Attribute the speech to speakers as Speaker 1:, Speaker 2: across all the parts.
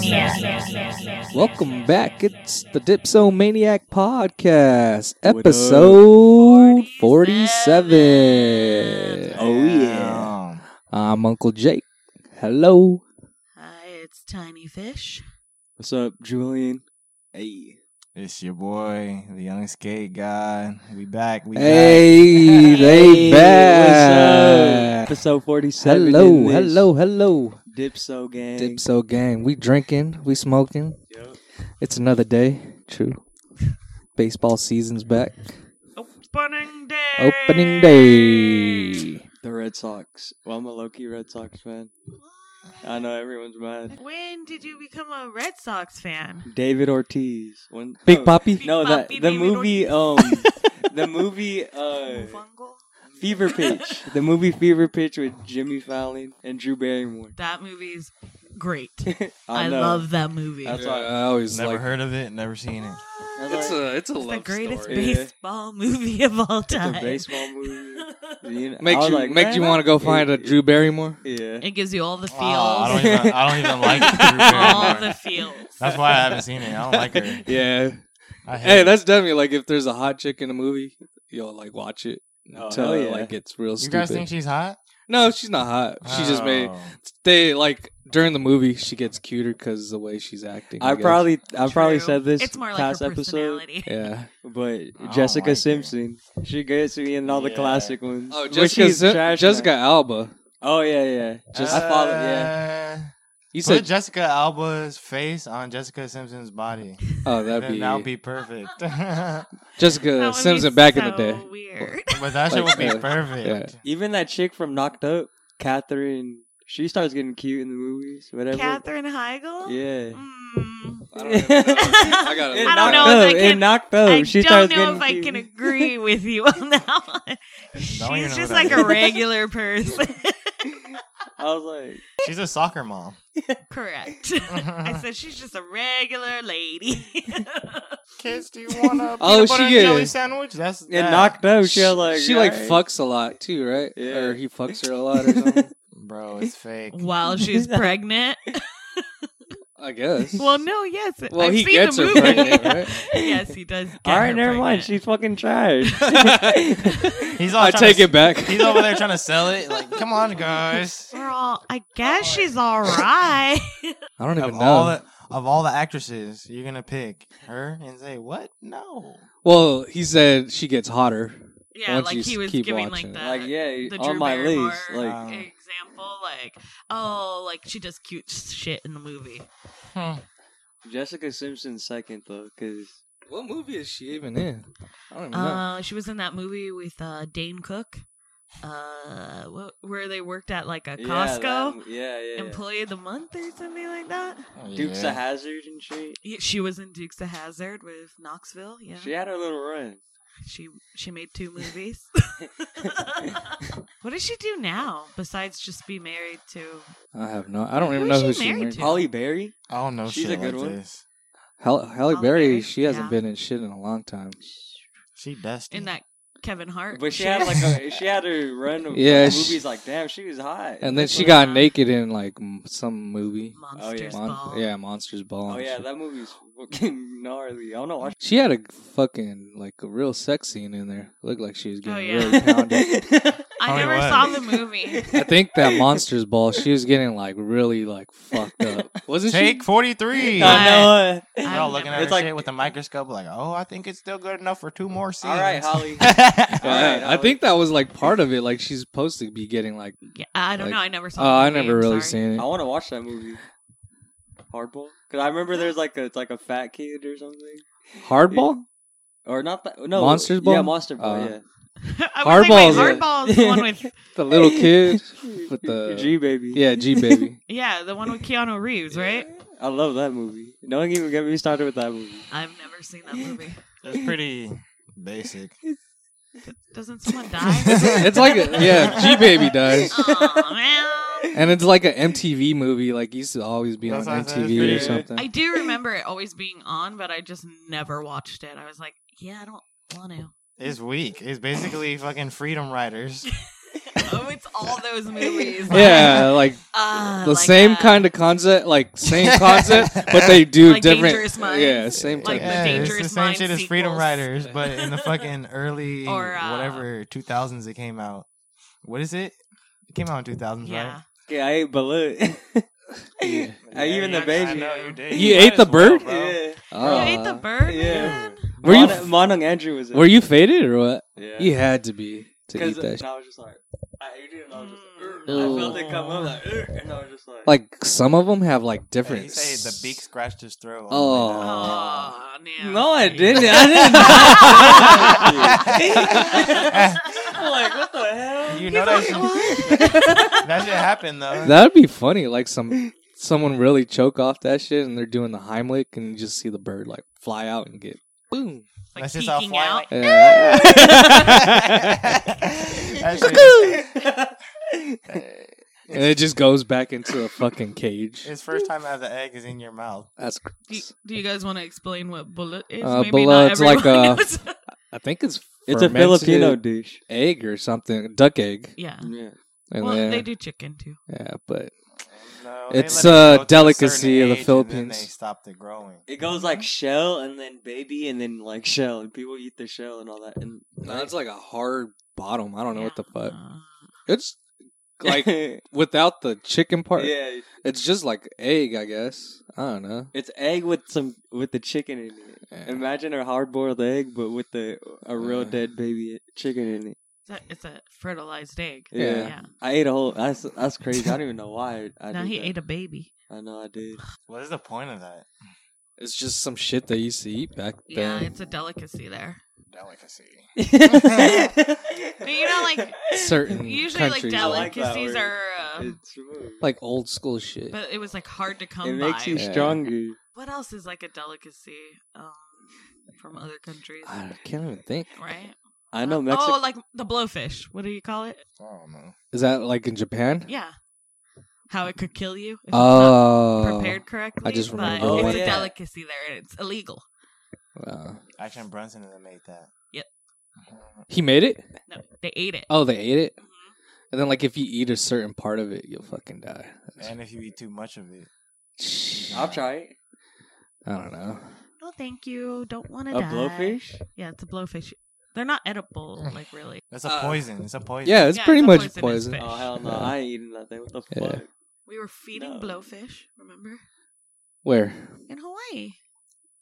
Speaker 1: Dipsomaniac.
Speaker 2: Welcome back. It's the Dipsomaniac Podcast, episode 47.
Speaker 3: Oh, yeah.
Speaker 2: I'm Uncle Jake. Hello.
Speaker 1: Hi, it's Tiny Fish.
Speaker 4: What's up, Julian?
Speaker 3: Hey. It's your boy, the youngest gay guy. We back. We
Speaker 2: Hey, they
Speaker 4: Hey,
Speaker 2: back.
Speaker 4: What's up? Episode 47.
Speaker 2: Hello,
Speaker 4: in this
Speaker 2: hello, hello.
Speaker 4: Dipso gang.
Speaker 2: Dipso gang. We drinking, we smoking.
Speaker 4: Yup.
Speaker 2: It's another day. True. Baseball season's back.
Speaker 1: Opening day.
Speaker 2: Opening day.
Speaker 4: The Red Sox. Well, I'm a low key Red Sox fan. I know everyone's mad.
Speaker 1: When did you become a Red Sox fan?
Speaker 4: David Ortiz. When,
Speaker 2: Big
Speaker 4: oh,
Speaker 2: Poppy.
Speaker 4: No, that
Speaker 1: Big Papi,
Speaker 4: the
Speaker 1: David
Speaker 4: movie. Um, the movie. Uh,
Speaker 1: Fungal?
Speaker 4: Fever Pitch. The movie Fever Pitch with Jimmy Fallon and Drew Barrymore.
Speaker 1: That movie's great.
Speaker 4: I,
Speaker 1: I,
Speaker 4: know.
Speaker 1: love that movie.
Speaker 4: That's
Speaker 1: It's
Speaker 4: why-
Speaker 2: I always
Speaker 3: Never heard of it. Never seen it.
Speaker 4: That's It's
Speaker 2: a it's a
Speaker 1: the greatest
Speaker 4: story. Yeah.
Speaker 1: baseball movie of all
Speaker 4: It's
Speaker 1: time.
Speaker 4: a baseball movie. You know, I
Speaker 2: Makes
Speaker 4: was
Speaker 2: you
Speaker 4: like,
Speaker 2: makes you
Speaker 4: man,
Speaker 2: want to go find a
Speaker 4: it-
Speaker 2: Drew Barrymore.
Speaker 4: Yeah.
Speaker 1: it gives you all the feels.
Speaker 4: Ah,
Speaker 3: Wow, I, don't even, I don't even like Drew
Speaker 1: all
Speaker 3: Barrymore.
Speaker 1: the feels.
Speaker 3: That's why I haven't seen it. I don't like her.
Speaker 2: Yeah.
Speaker 3: I hate
Speaker 2: Hey,
Speaker 3: her.
Speaker 2: that's definitely like if there's a hot chick in a movie, you'll like watch it
Speaker 4: Oh,
Speaker 2: until
Speaker 4: hell yeah.
Speaker 2: like it's real
Speaker 3: You
Speaker 2: stupid.
Speaker 3: guys think she's hot?
Speaker 2: no, she's not hot. She just made
Speaker 3: Oh.
Speaker 2: they like during the movie she gets cuter because the way she's acting.
Speaker 4: I
Speaker 2: guess.
Speaker 4: probably I probably
Speaker 1: True.
Speaker 4: said this
Speaker 1: It's more like
Speaker 4: past
Speaker 1: her
Speaker 4: episode,
Speaker 1: personality.
Speaker 2: yeah.
Speaker 4: but
Speaker 2: Oh
Speaker 3: don't
Speaker 4: Jessica
Speaker 3: like her.
Speaker 4: Simpson, she gets me in all the
Speaker 3: Yeah.
Speaker 4: classic ones.
Speaker 2: Oh,
Speaker 4: But
Speaker 2: Jessica,
Speaker 4: she's trash now.
Speaker 2: Jessica Alba.
Speaker 4: Oh yeah, yeah. Just I follow. Yeah,
Speaker 3: Uh,
Speaker 2: You
Speaker 3: Put
Speaker 2: said
Speaker 3: Jessica Alba's face on Jessica Simpson's body.
Speaker 2: oh that'd
Speaker 3: Then
Speaker 2: be,
Speaker 3: that'll be perfect. but
Speaker 1: That
Speaker 2: Jessica
Speaker 1: would be
Speaker 2: Simpson back in the
Speaker 1: so
Speaker 2: day.
Speaker 1: Weird.
Speaker 3: that shit
Speaker 2: Like,
Speaker 3: would be
Speaker 2: uh,
Speaker 3: perfect.
Speaker 4: even that chick from Knocked Up, Catherine, she starts getting cute in the movies. Whatever.
Speaker 1: Katherine Heigl.
Speaker 4: Yeah. Oh,
Speaker 1: Mm.
Speaker 2: I don't even know. I gotta
Speaker 4: In
Speaker 1: I don't
Speaker 4: Knocked
Speaker 1: know if I
Speaker 4: Up,
Speaker 1: can-
Speaker 4: in Knocked
Speaker 2: Oh,
Speaker 4: Up,
Speaker 1: I
Speaker 4: she
Speaker 1: don't
Speaker 4: starts
Speaker 1: know
Speaker 4: getting
Speaker 1: if I
Speaker 4: cute.
Speaker 1: can agree with you on that one.
Speaker 3: Don't even
Speaker 1: She's
Speaker 3: know
Speaker 1: just
Speaker 3: that
Speaker 1: like a
Speaker 3: is.
Speaker 1: regular person.
Speaker 4: I was like,
Speaker 3: She's a soccer mom.
Speaker 1: Correct. I said she's just a regular lady.
Speaker 3: Kids, do you want a
Speaker 2: Oh,
Speaker 3: peanut butter
Speaker 2: she
Speaker 3: and
Speaker 2: get-
Speaker 3: jelly sandwich? That's
Speaker 4: in
Speaker 3: that.
Speaker 4: Knocked Up, she
Speaker 2: she
Speaker 4: was like,
Speaker 2: she, like
Speaker 4: "Alright."
Speaker 2: fucks a lot too, right?
Speaker 4: Yeah.
Speaker 2: Or he fucks her a lot or something.
Speaker 3: Bro, it's fake.
Speaker 1: While she's pregnant.
Speaker 2: I guess.
Speaker 1: Well, no, yes.
Speaker 2: Well,
Speaker 1: I've
Speaker 2: he
Speaker 1: seen
Speaker 2: gets
Speaker 1: the
Speaker 2: her
Speaker 1: movie.
Speaker 2: pregnant, right?
Speaker 1: yes, he does. Get
Speaker 4: All right,
Speaker 1: her
Speaker 4: never mind.
Speaker 1: pregnant.
Speaker 4: She's fucking trash.
Speaker 3: He's all
Speaker 2: I
Speaker 3: trying to
Speaker 2: take it back.
Speaker 3: He's over there trying to sell it. Like, come on, guys.
Speaker 1: We're all. I guess she's all right.
Speaker 2: I don't even
Speaker 3: Of
Speaker 2: know.
Speaker 3: all, the, of all the actresses, you're going to pick her and say, what? No.
Speaker 2: well, he said she gets hotter.
Speaker 1: yeah,
Speaker 2: Once
Speaker 1: like
Speaker 2: you
Speaker 1: he was
Speaker 2: keep
Speaker 1: giving
Speaker 2: watching
Speaker 1: like
Speaker 2: it.
Speaker 1: the
Speaker 4: like, yeah,
Speaker 1: the
Speaker 4: on
Speaker 1: Drew
Speaker 4: my
Speaker 1: Barrymore
Speaker 4: least. Like,
Speaker 3: Um,
Speaker 1: example, like oh, like she does cute shit in the movie.
Speaker 3: Hmm.
Speaker 4: Jessica Simpson's second though, because
Speaker 2: What movie is she even in? I don't even know.
Speaker 1: Uh, she was in that movie with uh, Dane Cook, uh, wh- where they worked at like a Costco
Speaker 4: Yeah, yeah. yeah.
Speaker 1: employee of the month or something like that.
Speaker 3: Oh,
Speaker 4: Dukes
Speaker 3: yeah.
Speaker 4: of Hazard and shit.
Speaker 1: Yeah, She was in Dukes of Hazard with Knoxville. Yeah,
Speaker 4: She had her little run.
Speaker 1: she she made two movies. what does she do now besides just be married to?
Speaker 2: I have no. I don't
Speaker 1: Who
Speaker 2: even
Speaker 1: is
Speaker 2: know who
Speaker 1: she
Speaker 2: she
Speaker 1: married
Speaker 2: married
Speaker 1: to?
Speaker 2: to.
Speaker 4: Holly Berry.
Speaker 3: I don't know
Speaker 4: She's
Speaker 3: shit
Speaker 4: a good
Speaker 3: like
Speaker 4: one.
Speaker 3: this.
Speaker 2: Halle, Halle
Speaker 1: Halle
Speaker 2: Berry.
Speaker 1: Berry,
Speaker 2: She hasn't
Speaker 1: yeah.
Speaker 2: been in shit in a long time.
Speaker 3: She dusty.
Speaker 1: In that Kevin Hart.
Speaker 4: But she had
Speaker 1: shit?
Speaker 4: like
Speaker 2: Oh,
Speaker 4: a she had her run of
Speaker 2: Yeah,
Speaker 4: of
Speaker 2: she-
Speaker 4: movies like damn, she was hot.
Speaker 2: And then she
Speaker 1: Yeah.
Speaker 2: got naked in like m- some movie.
Speaker 1: Monsters
Speaker 4: yeah.
Speaker 2: Mon-
Speaker 1: Ball.
Speaker 2: yeah, Monsters Ball.
Speaker 4: Oh
Speaker 2: and
Speaker 4: yeah,
Speaker 2: shit.
Speaker 4: that movie's fucking gnarly. I don't know why
Speaker 2: she had a fucking like a real sex scene in there. Looked like she was getting
Speaker 1: Oh, yeah.
Speaker 2: really pounded.
Speaker 1: I
Speaker 3: Oh,
Speaker 1: never
Speaker 3: what?
Speaker 1: saw the movie.
Speaker 2: I think that Monsters Ball. She was getting like really like fucked up. Wasn't
Speaker 3: Take
Speaker 2: she?
Speaker 3: 43.
Speaker 1: Uh,
Speaker 3: We're
Speaker 4: I know.
Speaker 1: I-
Speaker 3: all looking at
Speaker 4: It's
Speaker 3: her
Speaker 4: like-
Speaker 3: shit with a microscope, like, oh, I think it's still good enough for two more scenes.
Speaker 4: All right, Holly.
Speaker 2: Yeah,
Speaker 4: Alright,
Speaker 2: Uh, I
Speaker 4: Holly.
Speaker 2: think that was like part of it. Like she's supposed to be getting like.
Speaker 1: Yeah, I don't
Speaker 2: Like-
Speaker 1: know. I never saw.
Speaker 2: Oh, I
Speaker 1: the movie,
Speaker 2: never
Speaker 1: I'm
Speaker 2: really
Speaker 1: sorry.
Speaker 2: seen
Speaker 4: I
Speaker 2: it.
Speaker 4: want to watch that movie. Hardball, because I remember there's like a it's like a fat kid or something,
Speaker 2: Hardball.
Speaker 4: or not that no
Speaker 2: Monsters
Speaker 4: Yeah,
Speaker 2: Ball?
Speaker 4: Monster Ball.
Speaker 2: Uh,
Speaker 4: yeah,
Speaker 1: I was
Speaker 2: Hardball's
Speaker 1: like,
Speaker 2: a-
Speaker 1: wait, Hardball is the one with
Speaker 2: The little kid with the
Speaker 4: G baby.
Speaker 2: Uh, yeah G baby.
Speaker 1: yeah, the one with Keanu Reeves, right?
Speaker 4: I love that movie. Don't even get me started with that movie.
Speaker 1: I've never seen that movie.
Speaker 3: It's pretty basic.
Speaker 1: Doesn't someone die?
Speaker 2: it's like a, yeah G baby does,
Speaker 1: Aw, man.
Speaker 2: and it's like an MTV movie. Like used to always be
Speaker 3: That's
Speaker 2: on
Speaker 3: what I said, it's
Speaker 2: MTV or
Speaker 4: pretty-
Speaker 2: something.
Speaker 1: I do remember it always being on, but I just never watched it. I was like, yeah, I don't want to.
Speaker 3: It's weak. It's basically fucking Freedom Riders.
Speaker 1: Oh, it It's all those movies. like,
Speaker 2: yeah, like
Speaker 1: uh,
Speaker 2: the
Speaker 1: like
Speaker 2: same
Speaker 1: that.
Speaker 2: kind of concept, like same concept, but they do
Speaker 1: Like
Speaker 2: different.
Speaker 1: Dangerous Minds.
Speaker 2: Yeah, same type.
Speaker 1: Like the
Speaker 3: yeah, it's the
Speaker 1: Dangerous
Speaker 3: same
Speaker 1: Minds
Speaker 3: shit as Freedom
Speaker 1: sequels.
Speaker 3: Riders, but in the fucking early
Speaker 1: Or, uh,
Speaker 3: whatever 2000s it came out. What is it? It came out in 2000s,
Speaker 1: Yeah.
Speaker 3: right?
Speaker 4: Yeah, I ate balut.
Speaker 2: Yeah.
Speaker 4: I Uh, even the
Speaker 1: yeah, I
Speaker 4: baby.
Speaker 1: know.
Speaker 2: You ate the bird?
Speaker 4: Yeah.
Speaker 1: Oh, you ate the
Speaker 2: Uh,
Speaker 1: bird.
Speaker 4: yeah.
Speaker 1: man?
Speaker 2: Were you-
Speaker 4: Mon- Monong Andrew was in.
Speaker 2: Were you faded or what?
Speaker 4: Yeah.
Speaker 2: You had to be to eat
Speaker 4: Because
Speaker 2: that.
Speaker 4: and
Speaker 2: shit.
Speaker 4: I was just like, I ate it and I was just like,
Speaker 2: Mm.
Speaker 4: "Ugh." I felt it come up like, "Ugh," and I was just like,
Speaker 2: Like some of them have like different.
Speaker 3: He said the beak scratched his throat.
Speaker 2: Oh.
Speaker 1: Aw, man.
Speaker 4: no, I didn't. I didn't. I'm like, what the hell?
Speaker 3: You know that shit, that shit happened though.
Speaker 2: That'd be funny. Like some someone really choke off that shit, and they're doing the Heimlich, and you just see the bird like fly out and get boom.
Speaker 1: Like
Speaker 3: That's just how
Speaker 1: peeking
Speaker 3: flying
Speaker 1: out.
Speaker 2: Yeah.
Speaker 3: that shit,
Speaker 2: and it just goes back into a fucking cage.
Speaker 3: his first time out of the egg is in your mouth.
Speaker 2: That's. cr-
Speaker 1: Do you, do you guys want to explain what bullet is?
Speaker 2: Uh,
Speaker 1: Maybe
Speaker 2: bullet,
Speaker 1: not
Speaker 2: it's like
Speaker 1: everyone
Speaker 2: a-
Speaker 1: knows.
Speaker 2: I think it's
Speaker 4: It's a
Speaker 2: fermented
Speaker 4: Filipino dish.
Speaker 2: egg or something, duck egg,
Speaker 1: yeah.
Speaker 4: Yeah.
Speaker 2: and
Speaker 1: well,
Speaker 2: then
Speaker 1: they do chicken too.
Speaker 2: yeah, but
Speaker 3: No,
Speaker 2: It's a
Speaker 3: let it grow to certain
Speaker 2: delicacy of the
Speaker 3: age and then
Speaker 2: Philippines.
Speaker 3: they stopped it growing.
Speaker 4: It goes like shell and then baby and then like shell and people eat the shell and all that and
Speaker 2: no, it's like a hard bottom. I don't know what the fuck.
Speaker 1: Uh,
Speaker 2: It's like
Speaker 4: yeah,
Speaker 2: without the chicken part. It's just like egg, I guess. I don't know.
Speaker 4: it's egg with some with the chicken in it.
Speaker 2: Yeah.
Speaker 4: Imagine a hard boiled egg but with the a real
Speaker 2: Yeah.
Speaker 4: dead baby chicken in it.
Speaker 1: is that- it's a fertilized egg.
Speaker 4: Yeah.
Speaker 1: Yeah.
Speaker 4: I ate a whole. That's that's crazy. I don't even know why I, I
Speaker 1: Now
Speaker 4: did
Speaker 1: he
Speaker 4: that.
Speaker 1: ate a baby.
Speaker 4: I know I did.
Speaker 3: What is the point of that
Speaker 2: It's just some shit they used to eat back
Speaker 1: Yeah,
Speaker 2: then.
Speaker 1: it's a delicacy there.
Speaker 3: delicacy?
Speaker 1: you know, like,
Speaker 2: Certain
Speaker 1: Usually,
Speaker 2: countries,
Speaker 1: like
Speaker 4: Mm, I like that
Speaker 1: delicacies
Speaker 4: word.
Speaker 1: are, uh,
Speaker 4: it's smooth.
Speaker 2: like old school shit.
Speaker 1: but it was like hard to come
Speaker 4: it
Speaker 1: by.
Speaker 4: makes you
Speaker 2: Yeah.
Speaker 4: stronger.
Speaker 1: What else is like a delicacy um, from other countries?
Speaker 2: I can't even think.
Speaker 1: Right?
Speaker 4: I know
Speaker 1: Oh,
Speaker 4: Mexico.
Speaker 1: like the blowfish. What do you call it?
Speaker 3: I don't know.
Speaker 2: Is that like in Japan?
Speaker 1: Yeah. How it could kill you if it's not
Speaker 2: Oh,
Speaker 1: prepared correctly.
Speaker 2: just
Speaker 1: but
Speaker 2: remembered
Speaker 1: it's
Speaker 4: one.
Speaker 1: a
Speaker 4: Yeah.
Speaker 1: delicacy there and it's illegal.
Speaker 2: wow.
Speaker 3: Action Brunson and them made that.
Speaker 1: Yep.
Speaker 2: he made it.
Speaker 1: No, they ate it.
Speaker 2: Oh, they ate it.
Speaker 1: Mm-hmm.
Speaker 2: And then, like, if you eat a certain part of it, you'll fucking die. That's-
Speaker 3: And if you eat too much of it,
Speaker 4: I'll try it.
Speaker 2: I don't know.
Speaker 1: No, thank you. Don't want to
Speaker 4: A
Speaker 1: die.
Speaker 4: blowfish.
Speaker 1: Yeah, it's a blowfish. They're not edible, like really.
Speaker 3: that's a
Speaker 2: Uh,
Speaker 3: poison. It's a poison.
Speaker 2: Yeah, it's
Speaker 1: Yeah,
Speaker 2: pretty
Speaker 1: it's a
Speaker 2: much
Speaker 1: poisonous
Speaker 2: poison.
Speaker 1: fish.
Speaker 4: Oh hell no!
Speaker 2: Yeah.
Speaker 4: I ain't eating nothing. What the
Speaker 2: Yeah.
Speaker 4: fuck?
Speaker 1: We were
Speaker 4: No.
Speaker 1: feeding blowfish, remember?
Speaker 2: Where
Speaker 1: In Hawaii.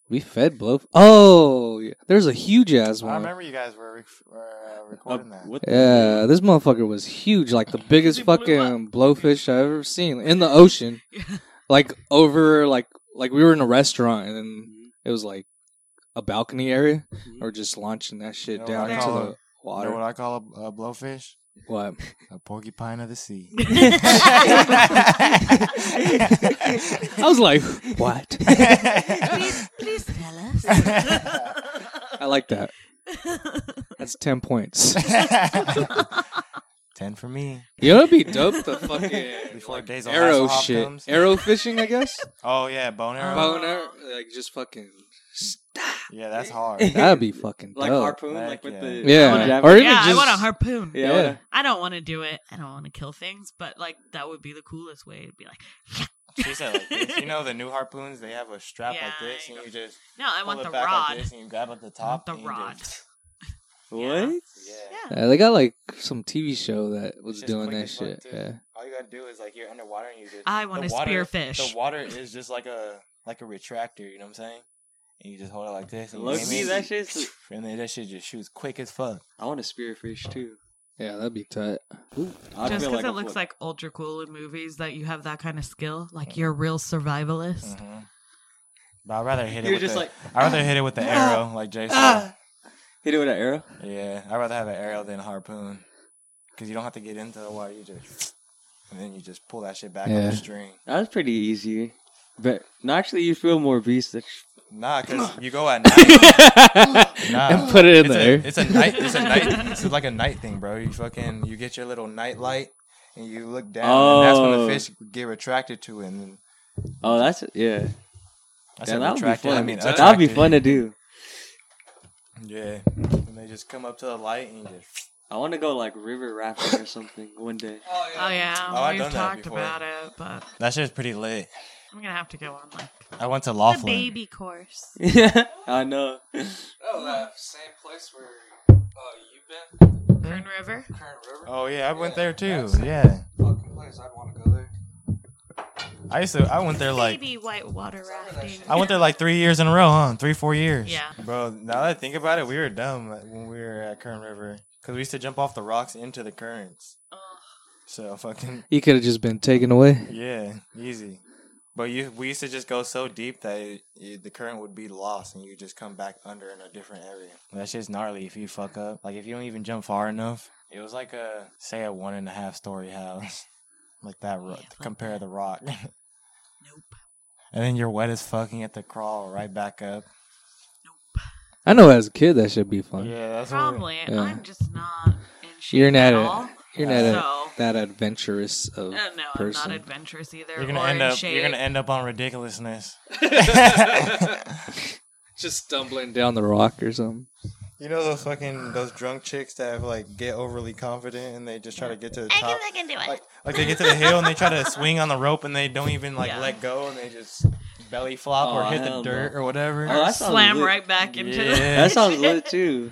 Speaker 2: we fed blow. Oh, yeah. there's a huge ass
Speaker 3: I
Speaker 2: one.
Speaker 3: remember you guys were, rec- were uh,
Speaker 4: Uh,
Speaker 3: recording that.
Speaker 4: what the-
Speaker 2: Yeah, this motherfucker was huge, like the biggest
Speaker 1: He blew
Speaker 2: fucking blowfish I've ever seen in the ocean.
Speaker 1: Yeah.
Speaker 2: Like over, like like we were in a restaurant, and then
Speaker 3: Mm-hmm.
Speaker 2: it was like a balcony area,
Speaker 4: Mhm.
Speaker 2: or just launching that shit
Speaker 3: You know
Speaker 2: down
Speaker 1: what I
Speaker 2: into
Speaker 1: call
Speaker 2: the
Speaker 3: it? You know
Speaker 2: water.
Speaker 3: what I call a, a blowfish?
Speaker 2: What?
Speaker 3: A porcupine of the sea.
Speaker 2: I was like, what?
Speaker 1: please, please tell us.
Speaker 2: I like that. That's ten points.
Speaker 3: Ten for me.
Speaker 2: You know, it'd be dope. The fucking
Speaker 3: Before
Speaker 2: like,
Speaker 3: Basil
Speaker 2: arrow
Speaker 3: Hasselhoff
Speaker 2: shit,
Speaker 3: comes.
Speaker 2: arrow fishing, I guess.
Speaker 3: Oh yeah, bone arrow.
Speaker 1: Bone-
Speaker 2: Bow and arrow, like just fucking.
Speaker 3: yeah, that's hard.
Speaker 2: That'd be fucking dope.
Speaker 4: like harpoon,
Speaker 3: Heck
Speaker 4: like with
Speaker 3: yeah.
Speaker 4: the
Speaker 2: Oh. Yeah.
Speaker 4: with the
Speaker 2: Or
Speaker 4: Japanese-
Speaker 2: even
Speaker 1: yeah, I
Speaker 2: just-
Speaker 1: want a harpoon.
Speaker 4: yeah. I
Speaker 2: Yeah.
Speaker 4: wanna-
Speaker 1: I don't want to do it. I don't want to kill things, but like that would be the coolest way. It'd be like,
Speaker 3: She said, like this. you know, the new harpoons they have a strap
Speaker 1: Yeah,
Speaker 3: like this,
Speaker 1: you
Speaker 3: and
Speaker 1: go-
Speaker 3: you just
Speaker 1: no, I
Speaker 3: pull
Speaker 1: want
Speaker 3: it
Speaker 1: the
Speaker 3: back
Speaker 1: rod.
Speaker 3: like this, and you grab at the top.
Speaker 1: the
Speaker 3: and you
Speaker 1: rod.
Speaker 3: just-
Speaker 1: Yeah.
Speaker 4: What?
Speaker 3: yeah.
Speaker 1: yeah.
Speaker 2: Yeah, they got like some TV show that was
Speaker 3: It's just
Speaker 2: doing
Speaker 3: quick
Speaker 2: that
Speaker 3: as fuck,
Speaker 2: shit.
Speaker 3: too.
Speaker 2: Yeah.
Speaker 3: All you gotta do is like you're underwater and you just.
Speaker 1: I want
Speaker 3: the
Speaker 1: to
Speaker 3: water-
Speaker 1: spearfish.
Speaker 3: The water is just like a like a retractor. You know what I'm saying? And you just hold it like this. And you
Speaker 4: Low
Speaker 3: aim
Speaker 4: key,
Speaker 3: it,
Speaker 4: that shit's.
Speaker 3: And then that shit just shoots quick as fuck.
Speaker 4: I want a spearfish too.
Speaker 2: Yeah, that'd be tight.
Speaker 4: I
Speaker 1: Just
Speaker 4: feel
Speaker 1: because
Speaker 4: like
Speaker 1: it
Speaker 4: I'm
Speaker 1: looks
Speaker 4: full-
Speaker 1: like ultra cool in movies that you have that kind of skill,
Speaker 3: Mm.
Speaker 1: like you're a real survivalist.
Speaker 3: Mhm. But I'd rather hit it.
Speaker 4: You're
Speaker 3: with
Speaker 4: just
Speaker 3: the,
Speaker 4: like
Speaker 3: I'd rather hit it with the arrow, like Jason. said.
Speaker 4: hit it with an arrow.
Speaker 3: Yeah, I'd rather have an arrow than a harpoon, because you don't have to get into the water. You just and then you just pull that shit back on
Speaker 2: Yeah.
Speaker 3: the string.
Speaker 4: That was pretty easy, but no, actually, you feel more beast.
Speaker 3: Nah, because you go at night. Nah.
Speaker 2: and put it in
Speaker 3: it's
Speaker 2: there.
Speaker 3: A, it's a night. It's a night. It's like a night thing, bro. You fucking you get your little night light and you look down, and that's when
Speaker 4: Oh.
Speaker 3: the fish get attracted to it. And then,
Speaker 4: Oh, that's yeah.
Speaker 3: I
Speaker 4: Yeah,
Speaker 3: said
Speaker 4: that would be
Speaker 3: attracted.
Speaker 4: fun.
Speaker 3: I mean,
Speaker 4: that would be
Speaker 3: attracted.
Speaker 4: fun to do.
Speaker 3: Yeah, and they just come up to the light and you just
Speaker 4: I want to go like river rafting or something one day.
Speaker 2: Oh
Speaker 1: Oh yeah,
Speaker 3: Oh, I've
Speaker 1: we've
Speaker 3: done that
Speaker 1: talked
Speaker 3: before.
Speaker 1: about it, but
Speaker 3: That shit's pretty lit.
Speaker 1: I'm gonna have to go on like
Speaker 3: I went to
Speaker 1: the
Speaker 3: Laughlin.
Speaker 1: baby course.
Speaker 4: I know.
Speaker 2: Oh, that same place where uh, you've been,
Speaker 1: Kern River.
Speaker 2: Current River.
Speaker 3: Oh yeah, I went there too.
Speaker 2: that's it.
Speaker 3: Yeah,
Speaker 2: Fucking place I'd want to go there.
Speaker 3: I used to. I went there like
Speaker 1: baby whitewater rafting.
Speaker 3: I went there like three years in a row, huh? Three, four years.
Speaker 1: Yeah.
Speaker 3: Bro, now that I think about it, we were dumb like, when we were at Current River because we used to jump off the rocks into the currents.
Speaker 1: Ugh.
Speaker 3: So fucking
Speaker 2: You could have just been taken away.
Speaker 3: yeah, easy. But you, we used to just go so deep that it, it- the current would be lost, and you just come back under in a different area. That shit's gnarly if you fuck up. Like if you don't even jump far enough. It was like a say a one and a half story house, like that. Ro-
Speaker 1: Yeah, fuck
Speaker 3: compare the rock, and
Speaker 1: Nope.
Speaker 3: then you're wet as fucking at the crawl right back up.
Speaker 2: I know as a kid that should be fun.
Speaker 3: Yeah, that's what we-
Speaker 1: Probably.
Speaker 2: Yeah.
Speaker 1: I'm just not in shape
Speaker 2: You're not
Speaker 1: at
Speaker 2: a-
Speaker 1: all.
Speaker 2: You're not a,
Speaker 1: so
Speaker 2: that adventurous of
Speaker 1: uh, no, I'm
Speaker 2: person.
Speaker 1: not adventurous either.
Speaker 3: You're gonna
Speaker 1: or
Speaker 3: end
Speaker 1: in
Speaker 3: up.
Speaker 1: Shape.
Speaker 3: You're gonna end up on ridiculousness.
Speaker 2: just stumbling down the rock or something.
Speaker 3: you know those fucking those drunk chicks that have, like get overly confident and they just try to get to the
Speaker 1: I can,
Speaker 3: top.
Speaker 1: I can do it.
Speaker 3: Like, like they get to the hill and they try to swing on the rope and they don't even like
Speaker 1: Yeah.
Speaker 3: let go and they just belly flop or
Speaker 4: Aw,
Speaker 3: hit the
Speaker 4: Oh, hell
Speaker 3: dirt
Speaker 4: no.
Speaker 3: or whatever.
Speaker 4: Oh, that sounds
Speaker 1: Slam
Speaker 4: lit.
Speaker 1: right back into
Speaker 3: Yeah.
Speaker 1: the.
Speaker 4: That sounds lit too.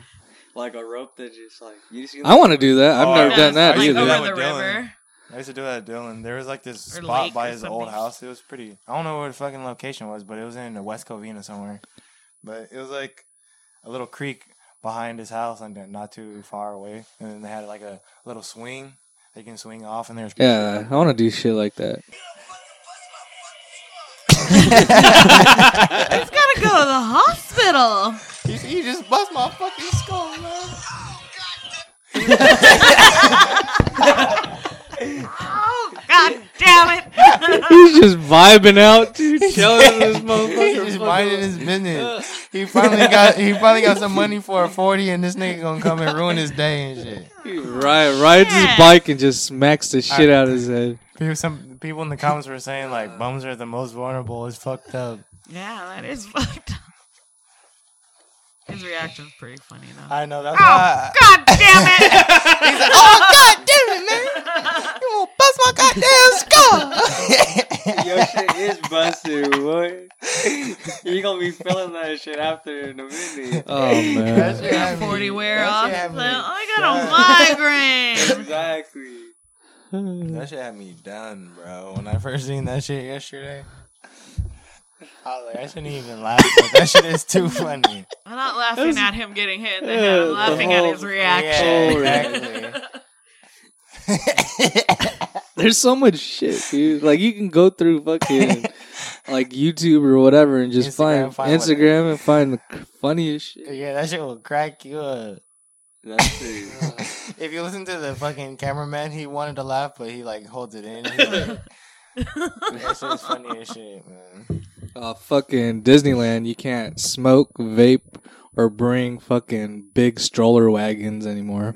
Speaker 4: Like a rope that just like you just.
Speaker 2: I want to do that. I've
Speaker 3: Oh,
Speaker 2: never
Speaker 3: yeah.
Speaker 2: done that
Speaker 3: I
Speaker 1: like
Speaker 3: used to do
Speaker 2: either.
Speaker 3: that
Speaker 1: over the
Speaker 3: with Dylan.
Speaker 1: river.
Speaker 3: I used to do that, at Dylan. There was like this
Speaker 1: Or
Speaker 3: spot
Speaker 1: lake
Speaker 3: by
Speaker 1: or
Speaker 3: his old
Speaker 1: something.
Speaker 3: house. It was pretty. I don't know where the fucking location was, but it was in the West Covina somewhere. But it was like a little creek behind his house, and then not too far away. And then they had like a little swing they can swing off, and there's
Speaker 2: Yeah, I want to do shit like that.
Speaker 1: He's gotta go to the hospital.
Speaker 3: He, he just bust my fucking skull, man.
Speaker 1: Oh God damn it!
Speaker 2: He's just vibing out, dude. Chilling this
Speaker 3: He's
Speaker 2: motherfucker.
Speaker 3: just minding his business. He finally got he finally got some money for a forty, and this nigga gonna come and ruin his day and shit.
Speaker 2: Right, rides
Speaker 1: Yeah.
Speaker 2: his bike and just smacks the shit out of his head.
Speaker 3: People, some people in the comments were saying like bums are the most vulnerable. It's fucked up.
Speaker 1: yeah, that is fucked. up. His reaction's pretty funny though.
Speaker 3: I know that's
Speaker 1: oh
Speaker 3: why.
Speaker 1: God damn it!
Speaker 4: Your shit is busted, boy. you gonna be feeling that shit after in a minute.
Speaker 2: Oh man,
Speaker 3: shit had me-
Speaker 1: Forty wear
Speaker 3: that
Speaker 1: off.
Speaker 3: shit had
Speaker 1: so
Speaker 3: me
Speaker 1: I got a migraine.
Speaker 4: exactly.
Speaker 3: done. That shit had me done, bro. When I first seen that shit yesterday, I was like, I shouldn't even laugh. But that shit is too funny.
Speaker 1: I'm not laughing at him getting hit in the
Speaker 2: Yeah,
Speaker 1: head. I'm
Speaker 2: the
Speaker 1: laughing at
Speaker 2: whole-
Speaker 1: his reaction.
Speaker 3: Yeah, exactly.
Speaker 2: there's so much shit, dude. Like you can go through fucking like YouTube or whatever and just find,
Speaker 3: Instagram, find
Speaker 2: Instagram and find the c- funniest shit.
Speaker 3: yeah, that shit will crack you up.
Speaker 4: That's it.
Speaker 3: if you listen to the fucking cameraman, he wanted to laugh, but he like holds it in. He's like, that shit's funny as shit, man.
Speaker 2: Uh, fucking Disneyland, you can't smoke, vape, or bring fucking big stroller wagons anymore.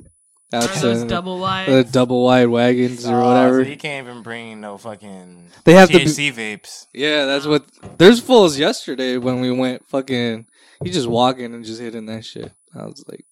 Speaker 1: Are
Speaker 2: That's
Speaker 1: those
Speaker 2: a-
Speaker 1: double
Speaker 2: the
Speaker 1: wide?
Speaker 2: double wide wagons or
Speaker 3: Oh,
Speaker 2: whatever.
Speaker 3: so you can't even bring no fucking
Speaker 2: They have to be-
Speaker 3: THC vapes.
Speaker 2: Yeah, that's what. There's fools yesterday when we went fucking. He just walking and just hitting that shit. I was like,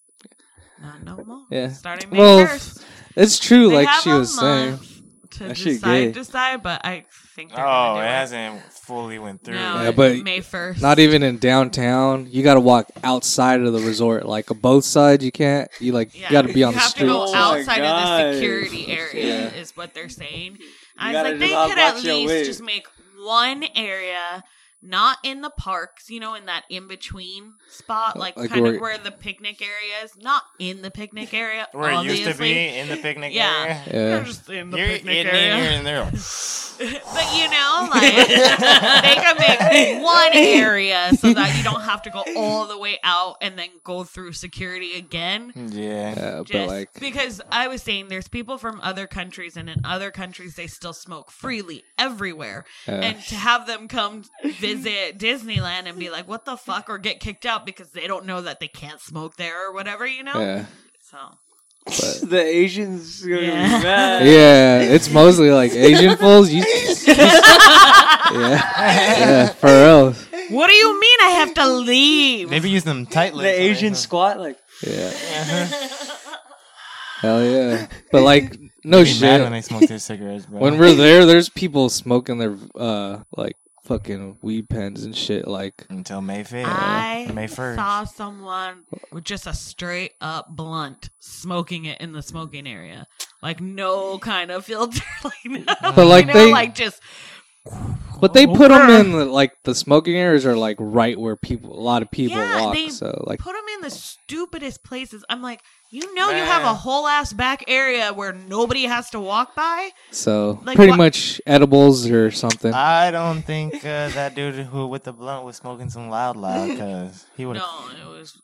Speaker 1: Not no more.
Speaker 2: Yeah.
Speaker 1: Starting May
Speaker 2: Well,
Speaker 1: 1st.
Speaker 2: it's true,
Speaker 1: They
Speaker 2: like
Speaker 1: have
Speaker 2: she
Speaker 1: a
Speaker 2: was saying.
Speaker 1: month To
Speaker 2: That shit
Speaker 1: decide,
Speaker 2: gay.
Speaker 1: decide, but I think they're
Speaker 3: Oh, it
Speaker 1: gonna do
Speaker 3: hasn't fully went
Speaker 1: it.
Speaker 3: through.
Speaker 1: No,
Speaker 2: Yeah, but
Speaker 1: May first.
Speaker 2: Not even in downtown. You got to walk outside of the resort, like both sides. You can't. You like
Speaker 1: Yeah.
Speaker 2: you got to be on
Speaker 1: you
Speaker 2: the
Speaker 1: have
Speaker 2: street.
Speaker 1: to
Speaker 4: streets.
Speaker 1: go
Speaker 4: Oh my
Speaker 1: outside of the
Speaker 4: God.
Speaker 1: security area,
Speaker 2: Yeah.
Speaker 1: is what they're saying.
Speaker 4: You
Speaker 1: I was
Speaker 4: gotta
Speaker 1: like,
Speaker 4: just
Speaker 1: they could at
Speaker 4: outbox your
Speaker 1: least
Speaker 4: way.
Speaker 1: just make one area, not in the parks, you know, in that in between spot, like,
Speaker 2: Uh, like
Speaker 1: kind
Speaker 2: where-
Speaker 1: of where the picnic area is, not in the picnic area.
Speaker 3: Where it
Speaker 1: obviously.
Speaker 3: used to be in the picnic
Speaker 1: Yeah.
Speaker 3: area.
Speaker 1: They're
Speaker 2: Yeah.
Speaker 1: just in the
Speaker 3: You're in, in,
Speaker 1: picnic area.
Speaker 3: in there.
Speaker 1: But you know, like they can make one area so that you don't have to go all the way out and then go through security again.
Speaker 3: Yeah.
Speaker 2: Yeah, but
Speaker 1: Just
Speaker 2: like
Speaker 1: because I was saying there's people from other countries and in other countries they still smoke freely everywhere.
Speaker 2: Yeah.
Speaker 1: And to have them come visit Disneyland and be like, What the fuck? or get kicked out because they don't know that they can't smoke there or whatever, you know?
Speaker 2: yeah,
Speaker 1: So
Speaker 2: but
Speaker 4: the Asians gonna
Speaker 1: Yeah.
Speaker 4: be mad.
Speaker 2: yeah, it's mostly like Asian fools. You, yeah, yeah, for real.
Speaker 1: What do you mean I have to leave?
Speaker 3: Maybe use them tight
Speaker 4: The
Speaker 3: lips.
Speaker 4: Asian squat, like
Speaker 2: Yeah, Hell yeah. Uh-huh. But like, no Oh,
Speaker 3: I'd be mad
Speaker 2: shit.
Speaker 3: when they smoke their cigarettes, bro.
Speaker 2: when we're there, there's people smoking their uh like fucking weed pens and shit. Like,
Speaker 3: until May fifth,
Speaker 1: I
Speaker 3: uh, May first.
Speaker 1: saw someone with just a straight up blunt smoking it in the smoking area, like no kind of filter, like no,
Speaker 2: but like
Speaker 1: you know,
Speaker 2: they,
Speaker 1: like just
Speaker 2: but they put them in the, like the smoking areas are like right where people, a lot of people
Speaker 1: Yeah,
Speaker 2: walk.
Speaker 1: they
Speaker 2: So like,
Speaker 1: put them in the stupidest places. I'm like, you know, you have a whole ass back area where nobody has to walk by.
Speaker 2: so
Speaker 1: like,
Speaker 2: pretty
Speaker 1: wha-
Speaker 2: much edibles or something.
Speaker 3: I don't think uh, that dude who with the blunt was smoking some loud loud because he would.
Speaker 1: No, it was.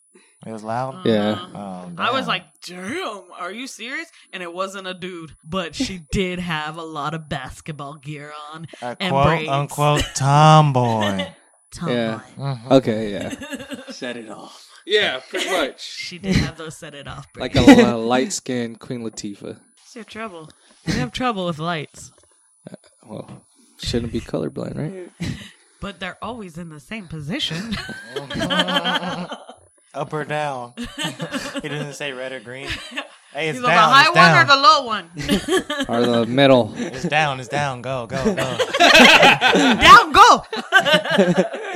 Speaker 3: It was loud.
Speaker 2: Yeah.
Speaker 3: Oh,
Speaker 1: I was
Speaker 3: damn.
Speaker 1: like, damn, are you serious? And it wasn't a dude, but she did have a lot of basketball gear on.
Speaker 3: a
Speaker 1: and
Speaker 3: quote
Speaker 1: braids.
Speaker 3: unquote tomboy.
Speaker 1: Tomboy.
Speaker 2: Yeah.
Speaker 3: Mhm.
Speaker 2: okay, yeah,
Speaker 4: Set it off.
Speaker 2: Uh-huh. yeah, pretty much.
Speaker 1: She did have those set it off.
Speaker 2: Like a, light skinned Queen Latifah.
Speaker 1: It's your trouble. You have trouble with lights,
Speaker 2: Well, shouldn't be colorblind, right?
Speaker 1: but they're always in the same position.
Speaker 3: Up or down? he doesn't say red or green. Hey, it's
Speaker 1: Either the
Speaker 3: down.
Speaker 1: high
Speaker 3: it's
Speaker 1: one or
Speaker 3: down.
Speaker 1: the low one.
Speaker 2: Or the middle.
Speaker 3: It's down. It's down. Go, go, go.
Speaker 1: Down, go.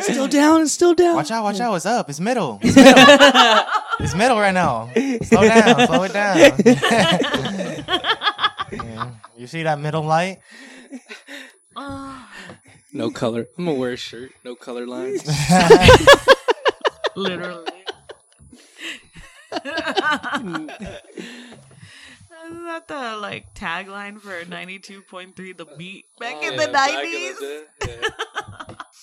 Speaker 2: still down. It's still down.
Speaker 3: Watch out! Watch out! It's up. It's middle. It's middle. it's middle right now. Slow down. Slow it down. Yeah. You see that middle light?
Speaker 2: No color. I'm gonna wear a shirt. No color lines.
Speaker 1: Literally. Isn't that the like tagline for 92.3 The Beat back in the 90s?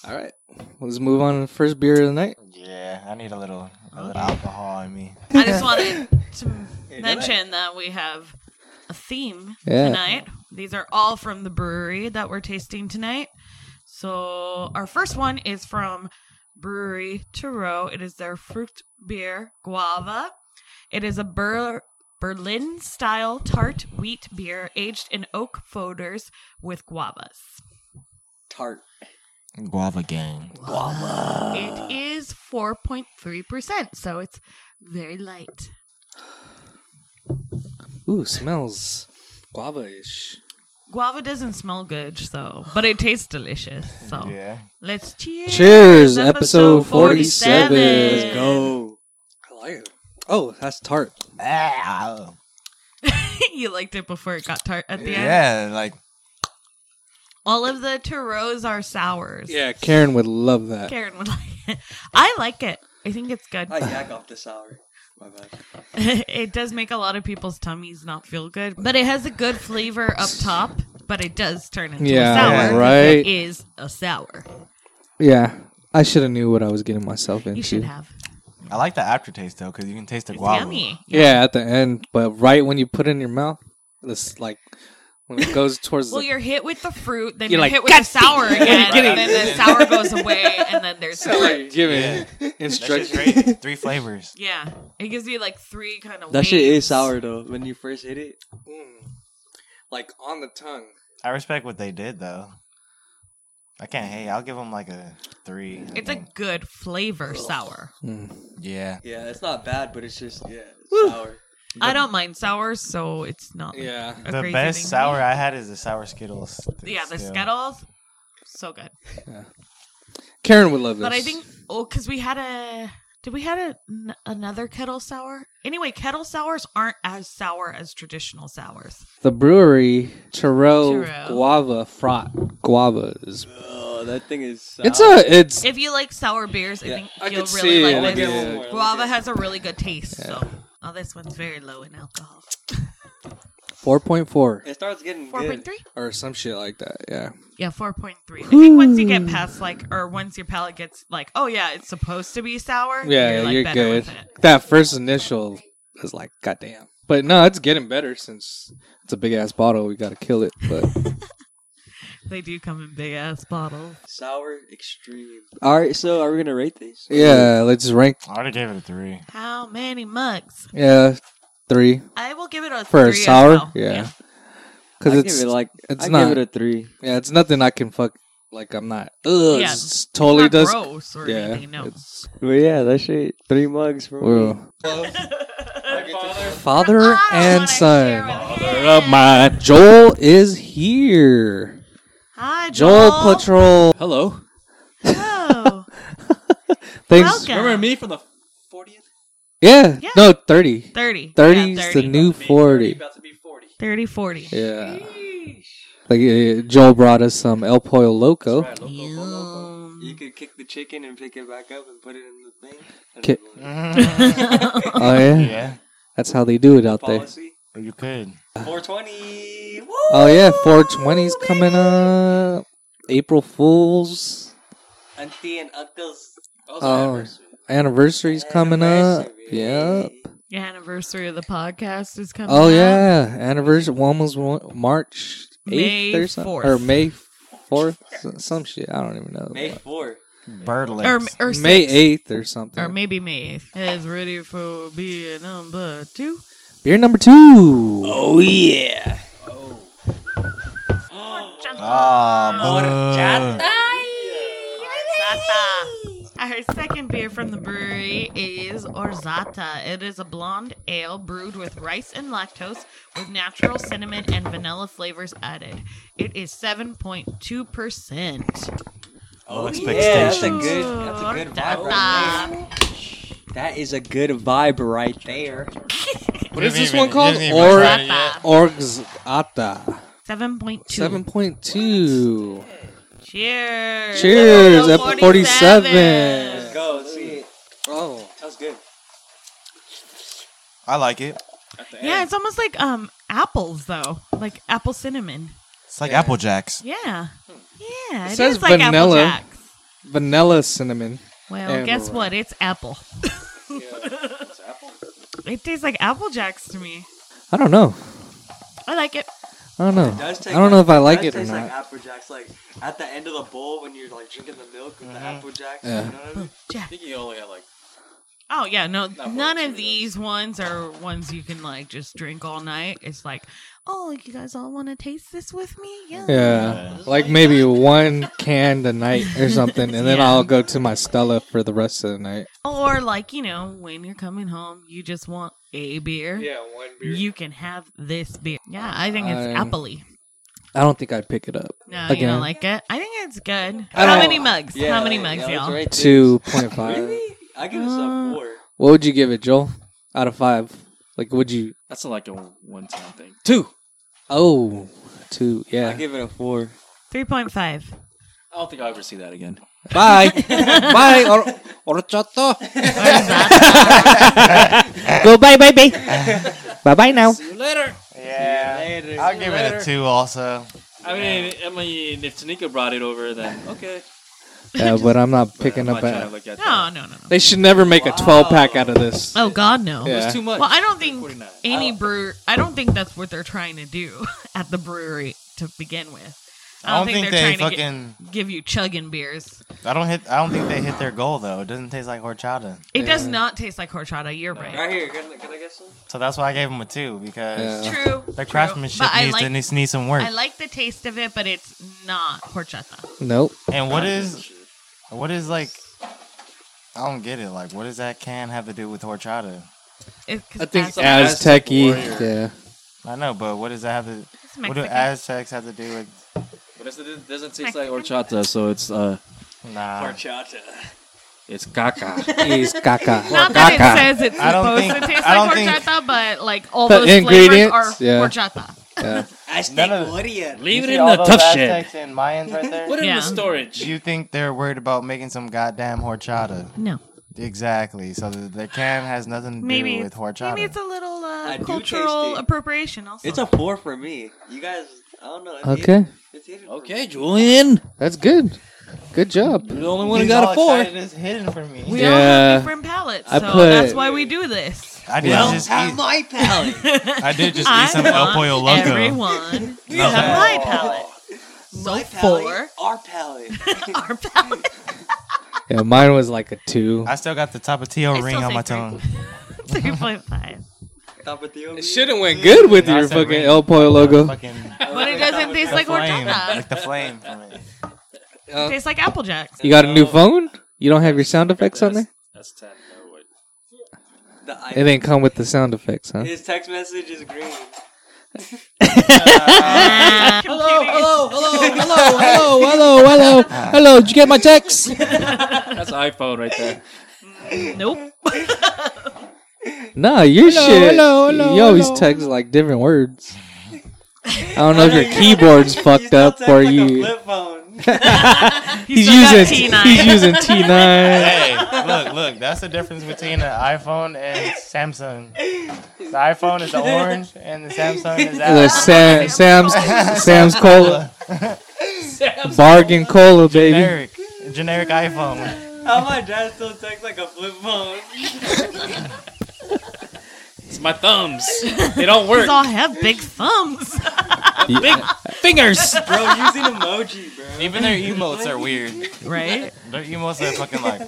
Speaker 2: All right, let's move on to the first beer of the night.
Speaker 3: Yeah, I need a little, a little alcohol in me.
Speaker 1: I just wanted to mention that we have a theme
Speaker 2: Yeah.
Speaker 1: tonight. These are all from the brewery that we're tasting tonight. So our first one is from Brewery Turo. It is their fruit beer guava. It is a Ber- Berlin style tart wheat beer aged in oak foders with guavas.
Speaker 4: Tart.
Speaker 3: Guava gang.
Speaker 1: It is 4.3%, so it's very light.
Speaker 2: Ooh, smells guava-ish.
Speaker 1: Guava doesn't smell good, so but it tastes delicious. So
Speaker 3: Yeah.
Speaker 1: let's cheers.
Speaker 2: Cheers, episode 47. Let's
Speaker 4: Go.
Speaker 2: I like it. Oh, that's tart.
Speaker 3: Ah,
Speaker 1: you liked it before it got tart at the end.
Speaker 3: yeah, like
Speaker 1: All of the Turots are sours.
Speaker 2: Yeah, Karen would love that.
Speaker 1: Karen would like it. I like it. I think it's good.
Speaker 4: I yak off the sour. My bad.
Speaker 1: it does make a lot of people's tummies not feel good, but it has a good flavor up top. But it does turn into
Speaker 2: Yeah,
Speaker 1: a sour. 'cause
Speaker 2: right.
Speaker 1: It is a sour.
Speaker 2: Yeah, I should have knew what I was getting myself into.
Speaker 1: You should have.
Speaker 3: I like the aftertaste though, because you can taste the
Speaker 1: It's
Speaker 3: guava.
Speaker 1: yummy.
Speaker 2: Yeah, at the end, but right when you put it in your mouth, this like when it goes towards
Speaker 1: Well,
Speaker 2: the
Speaker 1: you're hit with the fruit, then
Speaker 2: You're
Speaker 1: you're,
Speaker 2: like,
Speaker 1: hit with the sour again,
Speaker 2: get it.
Speaker 1: and then the sour goes away, and then there's the fruit.
Speaker 2: like giving
Speaker 3: That's
Speaker 2: instructions.
Speaker 3: just great. Three flavors.
Speaker 1: Yeah, it gives you like three kind of.
Speaker 4: That shit is sour though. When you first hit it,
Speaker 2: Like on the tongue.
Speaker 3: I respect what they did though. I can't hate. I'll give them like a three. I
Speaker 1: It's a
Speaker 3: think.
Speaker 1: good flavor sour.
Speaker 3: yeah.
Speaker 4: yeah, it's not bad, but it's just yeah, it's sour.
Speaker 1: I don't mind sour, so it's not. like,
Speaker 2: Yeah.
Speaker 1: a
Speaker 3: The
Speaker 1: crazy
Speaker 3: best
Speaker 1: thing.
Speaker 3: sour I had is the sour Skittles.
Speaker 1: Yeah, the
Speaker 3: Still.
Speaker 1: Skittles, so good.
Speaker 2: Karen would love this.
Speaker 1: But I think oh, because we had a. Did we had a, n- another kettle sour? Anyway, kettle sours aren't as sour as traditional sours.
Speaker 2: the brewery Charo,
Speaker 1: Charo.
Speaker 2: Guava Frot Guava is.
Speaker 4: Oh, that thing is. Sour.
Speaker 2: It's a it's
Speaker 1: If you like sour beers, I think
Speaker 2: I
Speaker 1: you'll
Speaker 2: could see
Speaker 1: really
Speaker 2: it.
Speaker 1: like
Speaker 2: I could-
Speaker 1: this.
Speaker 4: One more, let me
Speaker 1: Guava
Speaker 4: get-
Speaker 1: has a really good taste, so. Oh, this one's very low in alcohol.
Speaker 2: four point four
Speaker 4: It starts getting
Speaker 1: Four point
Speaker 4: good.
Speaker 1: three.
Speaker 2: or some shit like that. Yeah.
Speaker 1: Yeah, four point three. I think once you get past like, or once your palate gets like, oh yeah, it's supposed to be sour.
Speaker 2: Yeah,
Speaker 1: like,
Speaker 2: you're,
Speaker 1: better
Speaker 2: good.
Speaker 1: with it.
Speaker 2: That first initial is like, goddamn. But no, it's getting better since it's a big ass bottle. We gotta kill it. But
Speaker 1: They do come in big ass bottles.
Speaker 4: Sour extreme. All right, so are we gonna rate these?
Speaker 2: yeah, let's rank.
Speaker 3: I already gave it a three.
Speaker 1: How many mugs?
Speaker 2: Yeah, three
Speaker 1: I will give it a
Speaker 2: for
Speaker 1: three
Speaker 2: a
Speaker 1: as
Speaker 2: sour.
Speaker 1: well.
Speaker 2: Yeah,
Speaker 4: I
Speaker 2: because it's
Speaker 4: give it like
Speaker 2: it's
Speaker 4: I
Speaker 2: not-
Speaker 4: give it a three.
Speaker 2: yeah, it's nothing I can fuck. Like I'm not. Ugh,
Speaker 1: Yeah,
Speaker 2: it's,
Speaker 1: it's
Speaker 2: totally
Speaker 1: Not
Speaker 2: does.
Speaker 1: gross or
Speaker 2: Yeah,
Speaker 1: anything. No,
Speaker 2: it's-
Speaker 4: But yeah, that shit three mugs from me.
Speaker 2: well,
Speaker 3: Close. I
Speaker 2: Father
Speaker 1: I don't wanna
Speaker 2: and
Speaker 1: share
Speaker 2: son.
Speaker 1: with
Speaker 2: Father
Speaker 1: him.
Speaker 2: of mine. Joel is here.
Speaker 1: Hi,
Speaker 2: Joel
Speaker 1: Joel.
Speaker 2: Patrol. Hello.
Speaker 1: Oh,
Speaker 2: Thanks.
Speaker 1: Welcome. Remember
Speaker 2: me from the 40th? Yeah.
Speaker 1: Yeah.
Speaker 2: No, 30.
Speaker 1: 30.
Speaker 2: 30
Speaker 1: Yeah,
Speaker 2: is the new 40.
Speaker 4: About to be 40.
Speaker 1: 30, 40.
Speaker 2: Yeah. Like uh, Joel brought us some El Pollo Loco.
Speaker 4: Right, loco, loco, loco.
Speaker 1: Yum.
Speaker 4: You could kick the chicken and pick it back up and put it in the thing. I
Speaker 2: Ki-
Speaker 4: don't know.
Speaker 2: Oh yeah?
Speaker 3: yeah,
Speaker 2: That's how they do it out there.
Speaker 4: Policy.
Speaker 3: you could.
Speaker 4: 420. Woo!
Speaker 2: Oh yeah, 420's coming up. April Fools
Speaker 4: Auntie and uncles. Also
Speaker 2: Oh.
Speaker 4: anniversary.
Speaker 2: anniversary's coming up.
Speaker 4: Anniversary.
Speaker 2: Yep.
Speaker 1: The anniversary of the podcast is coming
Speaker 2: Oh
Speaker 1: up.
Speaker 2: yeah, anniversary. One was one, March
Speaker 1: May
Speaker 2: eighth or something,
Speaker 1: 4th.
Speaker 2: or May fourth, s- some shit. I don't even know.
Speaker 4: May
Speaker 2: what.
Speaker 4: 4th.
Speaker 3: Bird legs.
Speaker 1: Or, or
Speaker 2: May
Speaker 1: six.
Speaker 2: eighth or something.
Speaker 1: Or maybe May 8th. Is ready for beer number two.
Speaker 2: Beer number two.
Speaker 4: Oh, yeah. Oh.
Speaker 2: Uh,
Speaker 3: Ah,
Speaker 2: oh,
Speaker 3: boo.
Speaker 1: Orzata. Our second beer from the brewery is Orzata. It is a blonde ale brewed with rice and lactose with natural cinnamon and vanilla flavors added. It is 7.2%.
Speaker 3: Low
Speaker 4: Oh, Yeah, that's a
Speaker 3: expectations.
Speaker 4: good, that's a good vibe right there. That is a good vibe right there.
Speaker 2: What
Speaker 3: You
Speaker 2: is this
Speaker 3: haven't
Speaker 2: one
Speaker 3: even-
Speaker 2: called?
Speaker 3: you haven't even
Speaker 2: Or
Speaker 3: tried it yet.
Speaker 2: Orgzata.
Speaker 1: 7.2.
Speaker 2: Seven point two.
Speaker 1: Cheers.
Speaker 2: Cheers at
Speaker 1: Episode
Speaker 2: forty-seven.
Speaker 4: Go, let's see it.
Speaker 2: Oh,
Speaker 4: That was good.
Speaker 3: I like it.
Speaker 1: Yeah, it's almost like um apples though. Like apple cinnamon.
Speaker 3: It's like Apple Jacks.
Speaker 1: Yeah. Yeah,
Speaker 2: It
Speaker 1: it is
Speaker 2: says
Speaker 1: like apple
Speaker 2: vanilla.
Speaker 1: jacks.
Speaker 2: vanilla cinnamon.
Speaker 1: Well,
Speaker 2: And
Speaker 1: guess
Speaker 2: we're
Speaker 1: what? It's apple. It tastes like apple jacks to me.
Speaker 2: I don't know.
Speaker 1: I like it.
Speaker 2: I don't know.
Speaker 4: It does
Speaker 2: I
Speaker 4: taste
Speaker 2: don't know if I like
Speaker 4: does
Speaker 2: it or
Speaker 4: taste Like
Speaker 2: not.
Speaker 4: Apple Jacks, like at the end of the bowl when you're like drinking the milk with the Apple Jacks.
Speaker 2: Mm-hmm. Yeah.
Speaker 4: You know what I mean?
Speaker 1: Jack.
Speaker 4: think you only had like.
Speaker 1: Oh yeah, no, none
Speaker 4: really
Speaker 1: of
Speaker 4: nice.
Speaker 1: these ones are ones you can like just drink all night. It's like, oh, you guys all want to taste this with me? Yeah.
Speaker 2: Yeah, like maybe one can tonight or something, and then
Speaker 1: Yeah.
Speaker 2: I'll go to my Stella for the rest of the night.
Speaker 1: Or like you know, when you're coming home, you just want a beer.
Speaker 4: Yeah, one beer.
Speaker 1: You can have this beer. Yeah, I think it's
Speaker 2: I'm-
Speaker 1: appley.
Speaker 2: I don't think I'd pick it up.
Speaker 1: No, you
Speaker 2: Again.
Speaker 1: don't like it. I think it's good.
Speaker 2: I
Speaker 1: How
Speaker 2: don't-
Speaker 1: many mugs?
Speaker 4: Yeah,
Speaker 1: How many
Speaker 4: yeah,
Speaker 1: mugs,
Speaker 4: it's
Speaker 1: y'all?
Speaker 4: right there.
Speaker 2: Two point five.
Speaker 4: Really? I give us a
Speaker 1: Uh,
Speaker 4: four.
Speaker 2: What would you give it, Joel? Out of five, like would you?
Speaker 5: That's like a one time thing.
Speaker 2: Two. Oh, two. Yeah.
Speaker 4: I give it a four.
Speaker 1: Three point five.
Speaker 5: I don't think I'll ever see that again.
Speaker 2: Bye. bye. Or- orchata. go bye, baby. bye, bye now.
Speaker 5: See you later.
Speaker 3: Yeah.
Speaker 4: Later.
Speaker 3: I'll give it a two also.
Speaker 5: I mean, I mean, if Tanika brought it over, then okay.
Speaker 2: Yeah, but I'm not
Speaker 5: But
Speaker 2: picking
Speaker 5: I'm
Speaker 2: up.
Speaker 5: not trying to
Speaker 2: A-
Speaker 5: look at
Speaker 1: No, no, no, no.
Speaker 2: they should never make a 12 pack out of this.
Speaker 1: Oh God, no.
Speaker 2: Yeah.
Speaker 5: It's too much.
Speaker 1: Well, I don't think
Speaker 5: 49.
Speaker 1: any brewer. I don't think that's what they're trying to do at the brewery to begin with.
Speaker 3: I don't think they
Speaker 1: gi-
Speaker 3: fucking.
Speaker 1: give you chugging beers.
Speaker 3: I don't hit. I don't think they hit their goal though. It doesn't taste like horchata.
Speaker 1: It does not taste like horchata. You're right.
Speaker 4: Right here. Can, I- can I get some?
Speaker 3: So that's why I gave them a two because
Speaker 2: Yeah.
Speaker 1: True.
Speaker 3: their
Speaker 1: true.
Speaker 3: craftsmanship
Speaker 1: But I
Speaker 3: needs
Speaker 1: like,
Speaker 3: to needs, needs some work.
Speaker 1: I like the taste of it, but it's not horchata.
Speaker 2: Nope.
Speaker 3: and what is what is like? I don't get it. Like, what does that can have to do with horchata?
Speaker 1: It, 'cause
Speaker 2: I think
Speaker 1: Aztec-
Speaker 2: aztec
Speaker 5: warrior.
Speaker 2: Yeah.
Speaker 3: I know, but what does that have to?
Speaker 1: it's
Speaker 3: What do
Speaker 1: Mexican.
Speaker 3: Aztecs have to do with?
Speaker 5: But it's- it doesn't taste like horchata, so it's uh,
Speaker 3: Nah,
Speaker 4: Horchata.
Speaker 5: it's caca.
Speaker 2: Is caca.
Speaker 1: Not
Speaker 2: Caca.
Speaker 1: that it says it's
Speaker 3: I don't
Speaker 1: supposed
Speaker 3: think-
Speaker 1: to taste
Speaker 3: I don't
Speaker 1: like
Speaker 3: think-
Speaker 1: horchata, but like all
Speaker 2: The
Speaker 1: those flavors are
Speaker 2: ingredients, yeah.
Speaker 1: horchata.
Speaker 2: Yeah.
Speaker 4: Aztec
Speaker 3: None of the-
Speaker 4: warrior.
Speaker 3: You
Speaker 5: Leave it
Speaker 3: see
Speaker 5: in
Speaker 3: all
Speaker 5: the
Speaker 3: those
Speaker 5: tough shed.
Speaker 3: Aztecs and Mayans right there.
Speaker 5: Put it in
Speaker 1: Yeah.
Speaker 5: the storage.
Speaker 3: Do you think they're worried about making some goddamn horchata?
Speaker 1: No,
Speaker 3: Exactly. So the, the can has nothing to
Speaker 1: maybe
Speaker 3: do with
Speaker 1: it's, maybe it's
Speaker 3: horchata.
Speaker 1: a little
Speaker 4: I
Speaker 1: uh,
Speaker 4: do
Speaker 1: cultural
Speaker 4: taste it.
Speaker 1: appropriation. Also,
Speaker 4: It's a four for me. You guys, I don't know. It's
Speaker 2: Okay.
Speaker 4: hidden- It's hidden for me.
Speaker 5: Okay, Julian.
Speaker 2: That's good. Good job.
Speaker 5: You're the only one who got a four.
Speaker 3: It's hidden from me.
Speaker 1: we
Speaker 2: Yeah.
Speaker 1: all have different palettes, so
Speaker 2: I put-
Speaker 1: that's why we do this.
Speaker 3: I did
Speaker 4: Well,
Speaker 3: just
Speaker 4: have
Speaker 3: eat.
Speaker 4: my palate.
Speaker 3: I did just
Speaker 1: I
Speaker 3: eat some El
Speaker 1: want
Speaker 3: Pollo Loco.
Speaker 1: Everyone to have my palette.
Speaker 4: my
Speaker 1: four.
Speaker 4: palate. Our palate.
Speaker 1: Our palette.
Speaker 2: Yeah, mine was like a two.
Speaker 3: I still got the Tapatio
Speaker 1: I
Speaker 3: ring
Speaker 1: still
Speaker 3: on my
Speaker 1: say
Speaker 3: tongue.
Speaker 1: Three point five.
Speaker 4: Tapatio.
Speaker 2: It should have went good with
Speaker 3: No, I
Speaker 2: your
Speaker 3: said
Speaker 2: fucking
Speaker 3: ring.
Speaker 2: El Pollo logo.
Speaker 3: Fucking
Speaker 1: But it doesn't taste
Speaker 3: the
Speaker 1: like
Speaker 3: flame.
Speaker 1: horchata.
Speaker 3: Like the flame from it.
Speaker 2: Uh,
Speaker 1: It tastes like Apple Jacks.
Speaker 2: You got a new phone? You don't have your sound effects on there?
Speaker 5: That's ten. No, wait.
Speaker 4: The
Speaker 2: It didn't come with the sound effects, huh?
Speaker 4: His text message is green.
Speaker 1: Hello,
Speaker 2: hello, hello, hello, hello, hello, hello. Did you get my text?
Speaker 5: That's iPhone right there.
Speaker 1: Nope.
Speaker 2: No, your shit.
Speaker 6: hello, hello,
Speaker 2: you always
Speaker 6: hello.
Speaker 2: text like different words. I don't know if your keyboard's fucked up or you.
Speaker 4: flip phone.
Speaker 2: He's
Speaker 1: still got
Speaker 2: using
Speaker 1: T9.
Speaker 2: he's using T nine.
Speaker 3: Hey, look, look. That's the difference between an iPhone and Samsung. The iPhone is the orange, and the Samsung is
Speaker 2: The
Speaker 3: that.
Speaker 2: Sam, Sam's Sam's cola, bargain cola, baby.
Speaker 3: Generic, generic iPhone.
Speaker 4: How my dad still texts like a flip phone?
Speaker 5: It's my thumbs. They don't work.
Speaker 1: These all have big thumbs.
Speaker 5: Big fingers.
Speaker 4: Bro, using emoji, bro.
Speaker 3: Even their emotes are weird.
Speaker 1: right?
Speaker 3: Their emotes are fucking like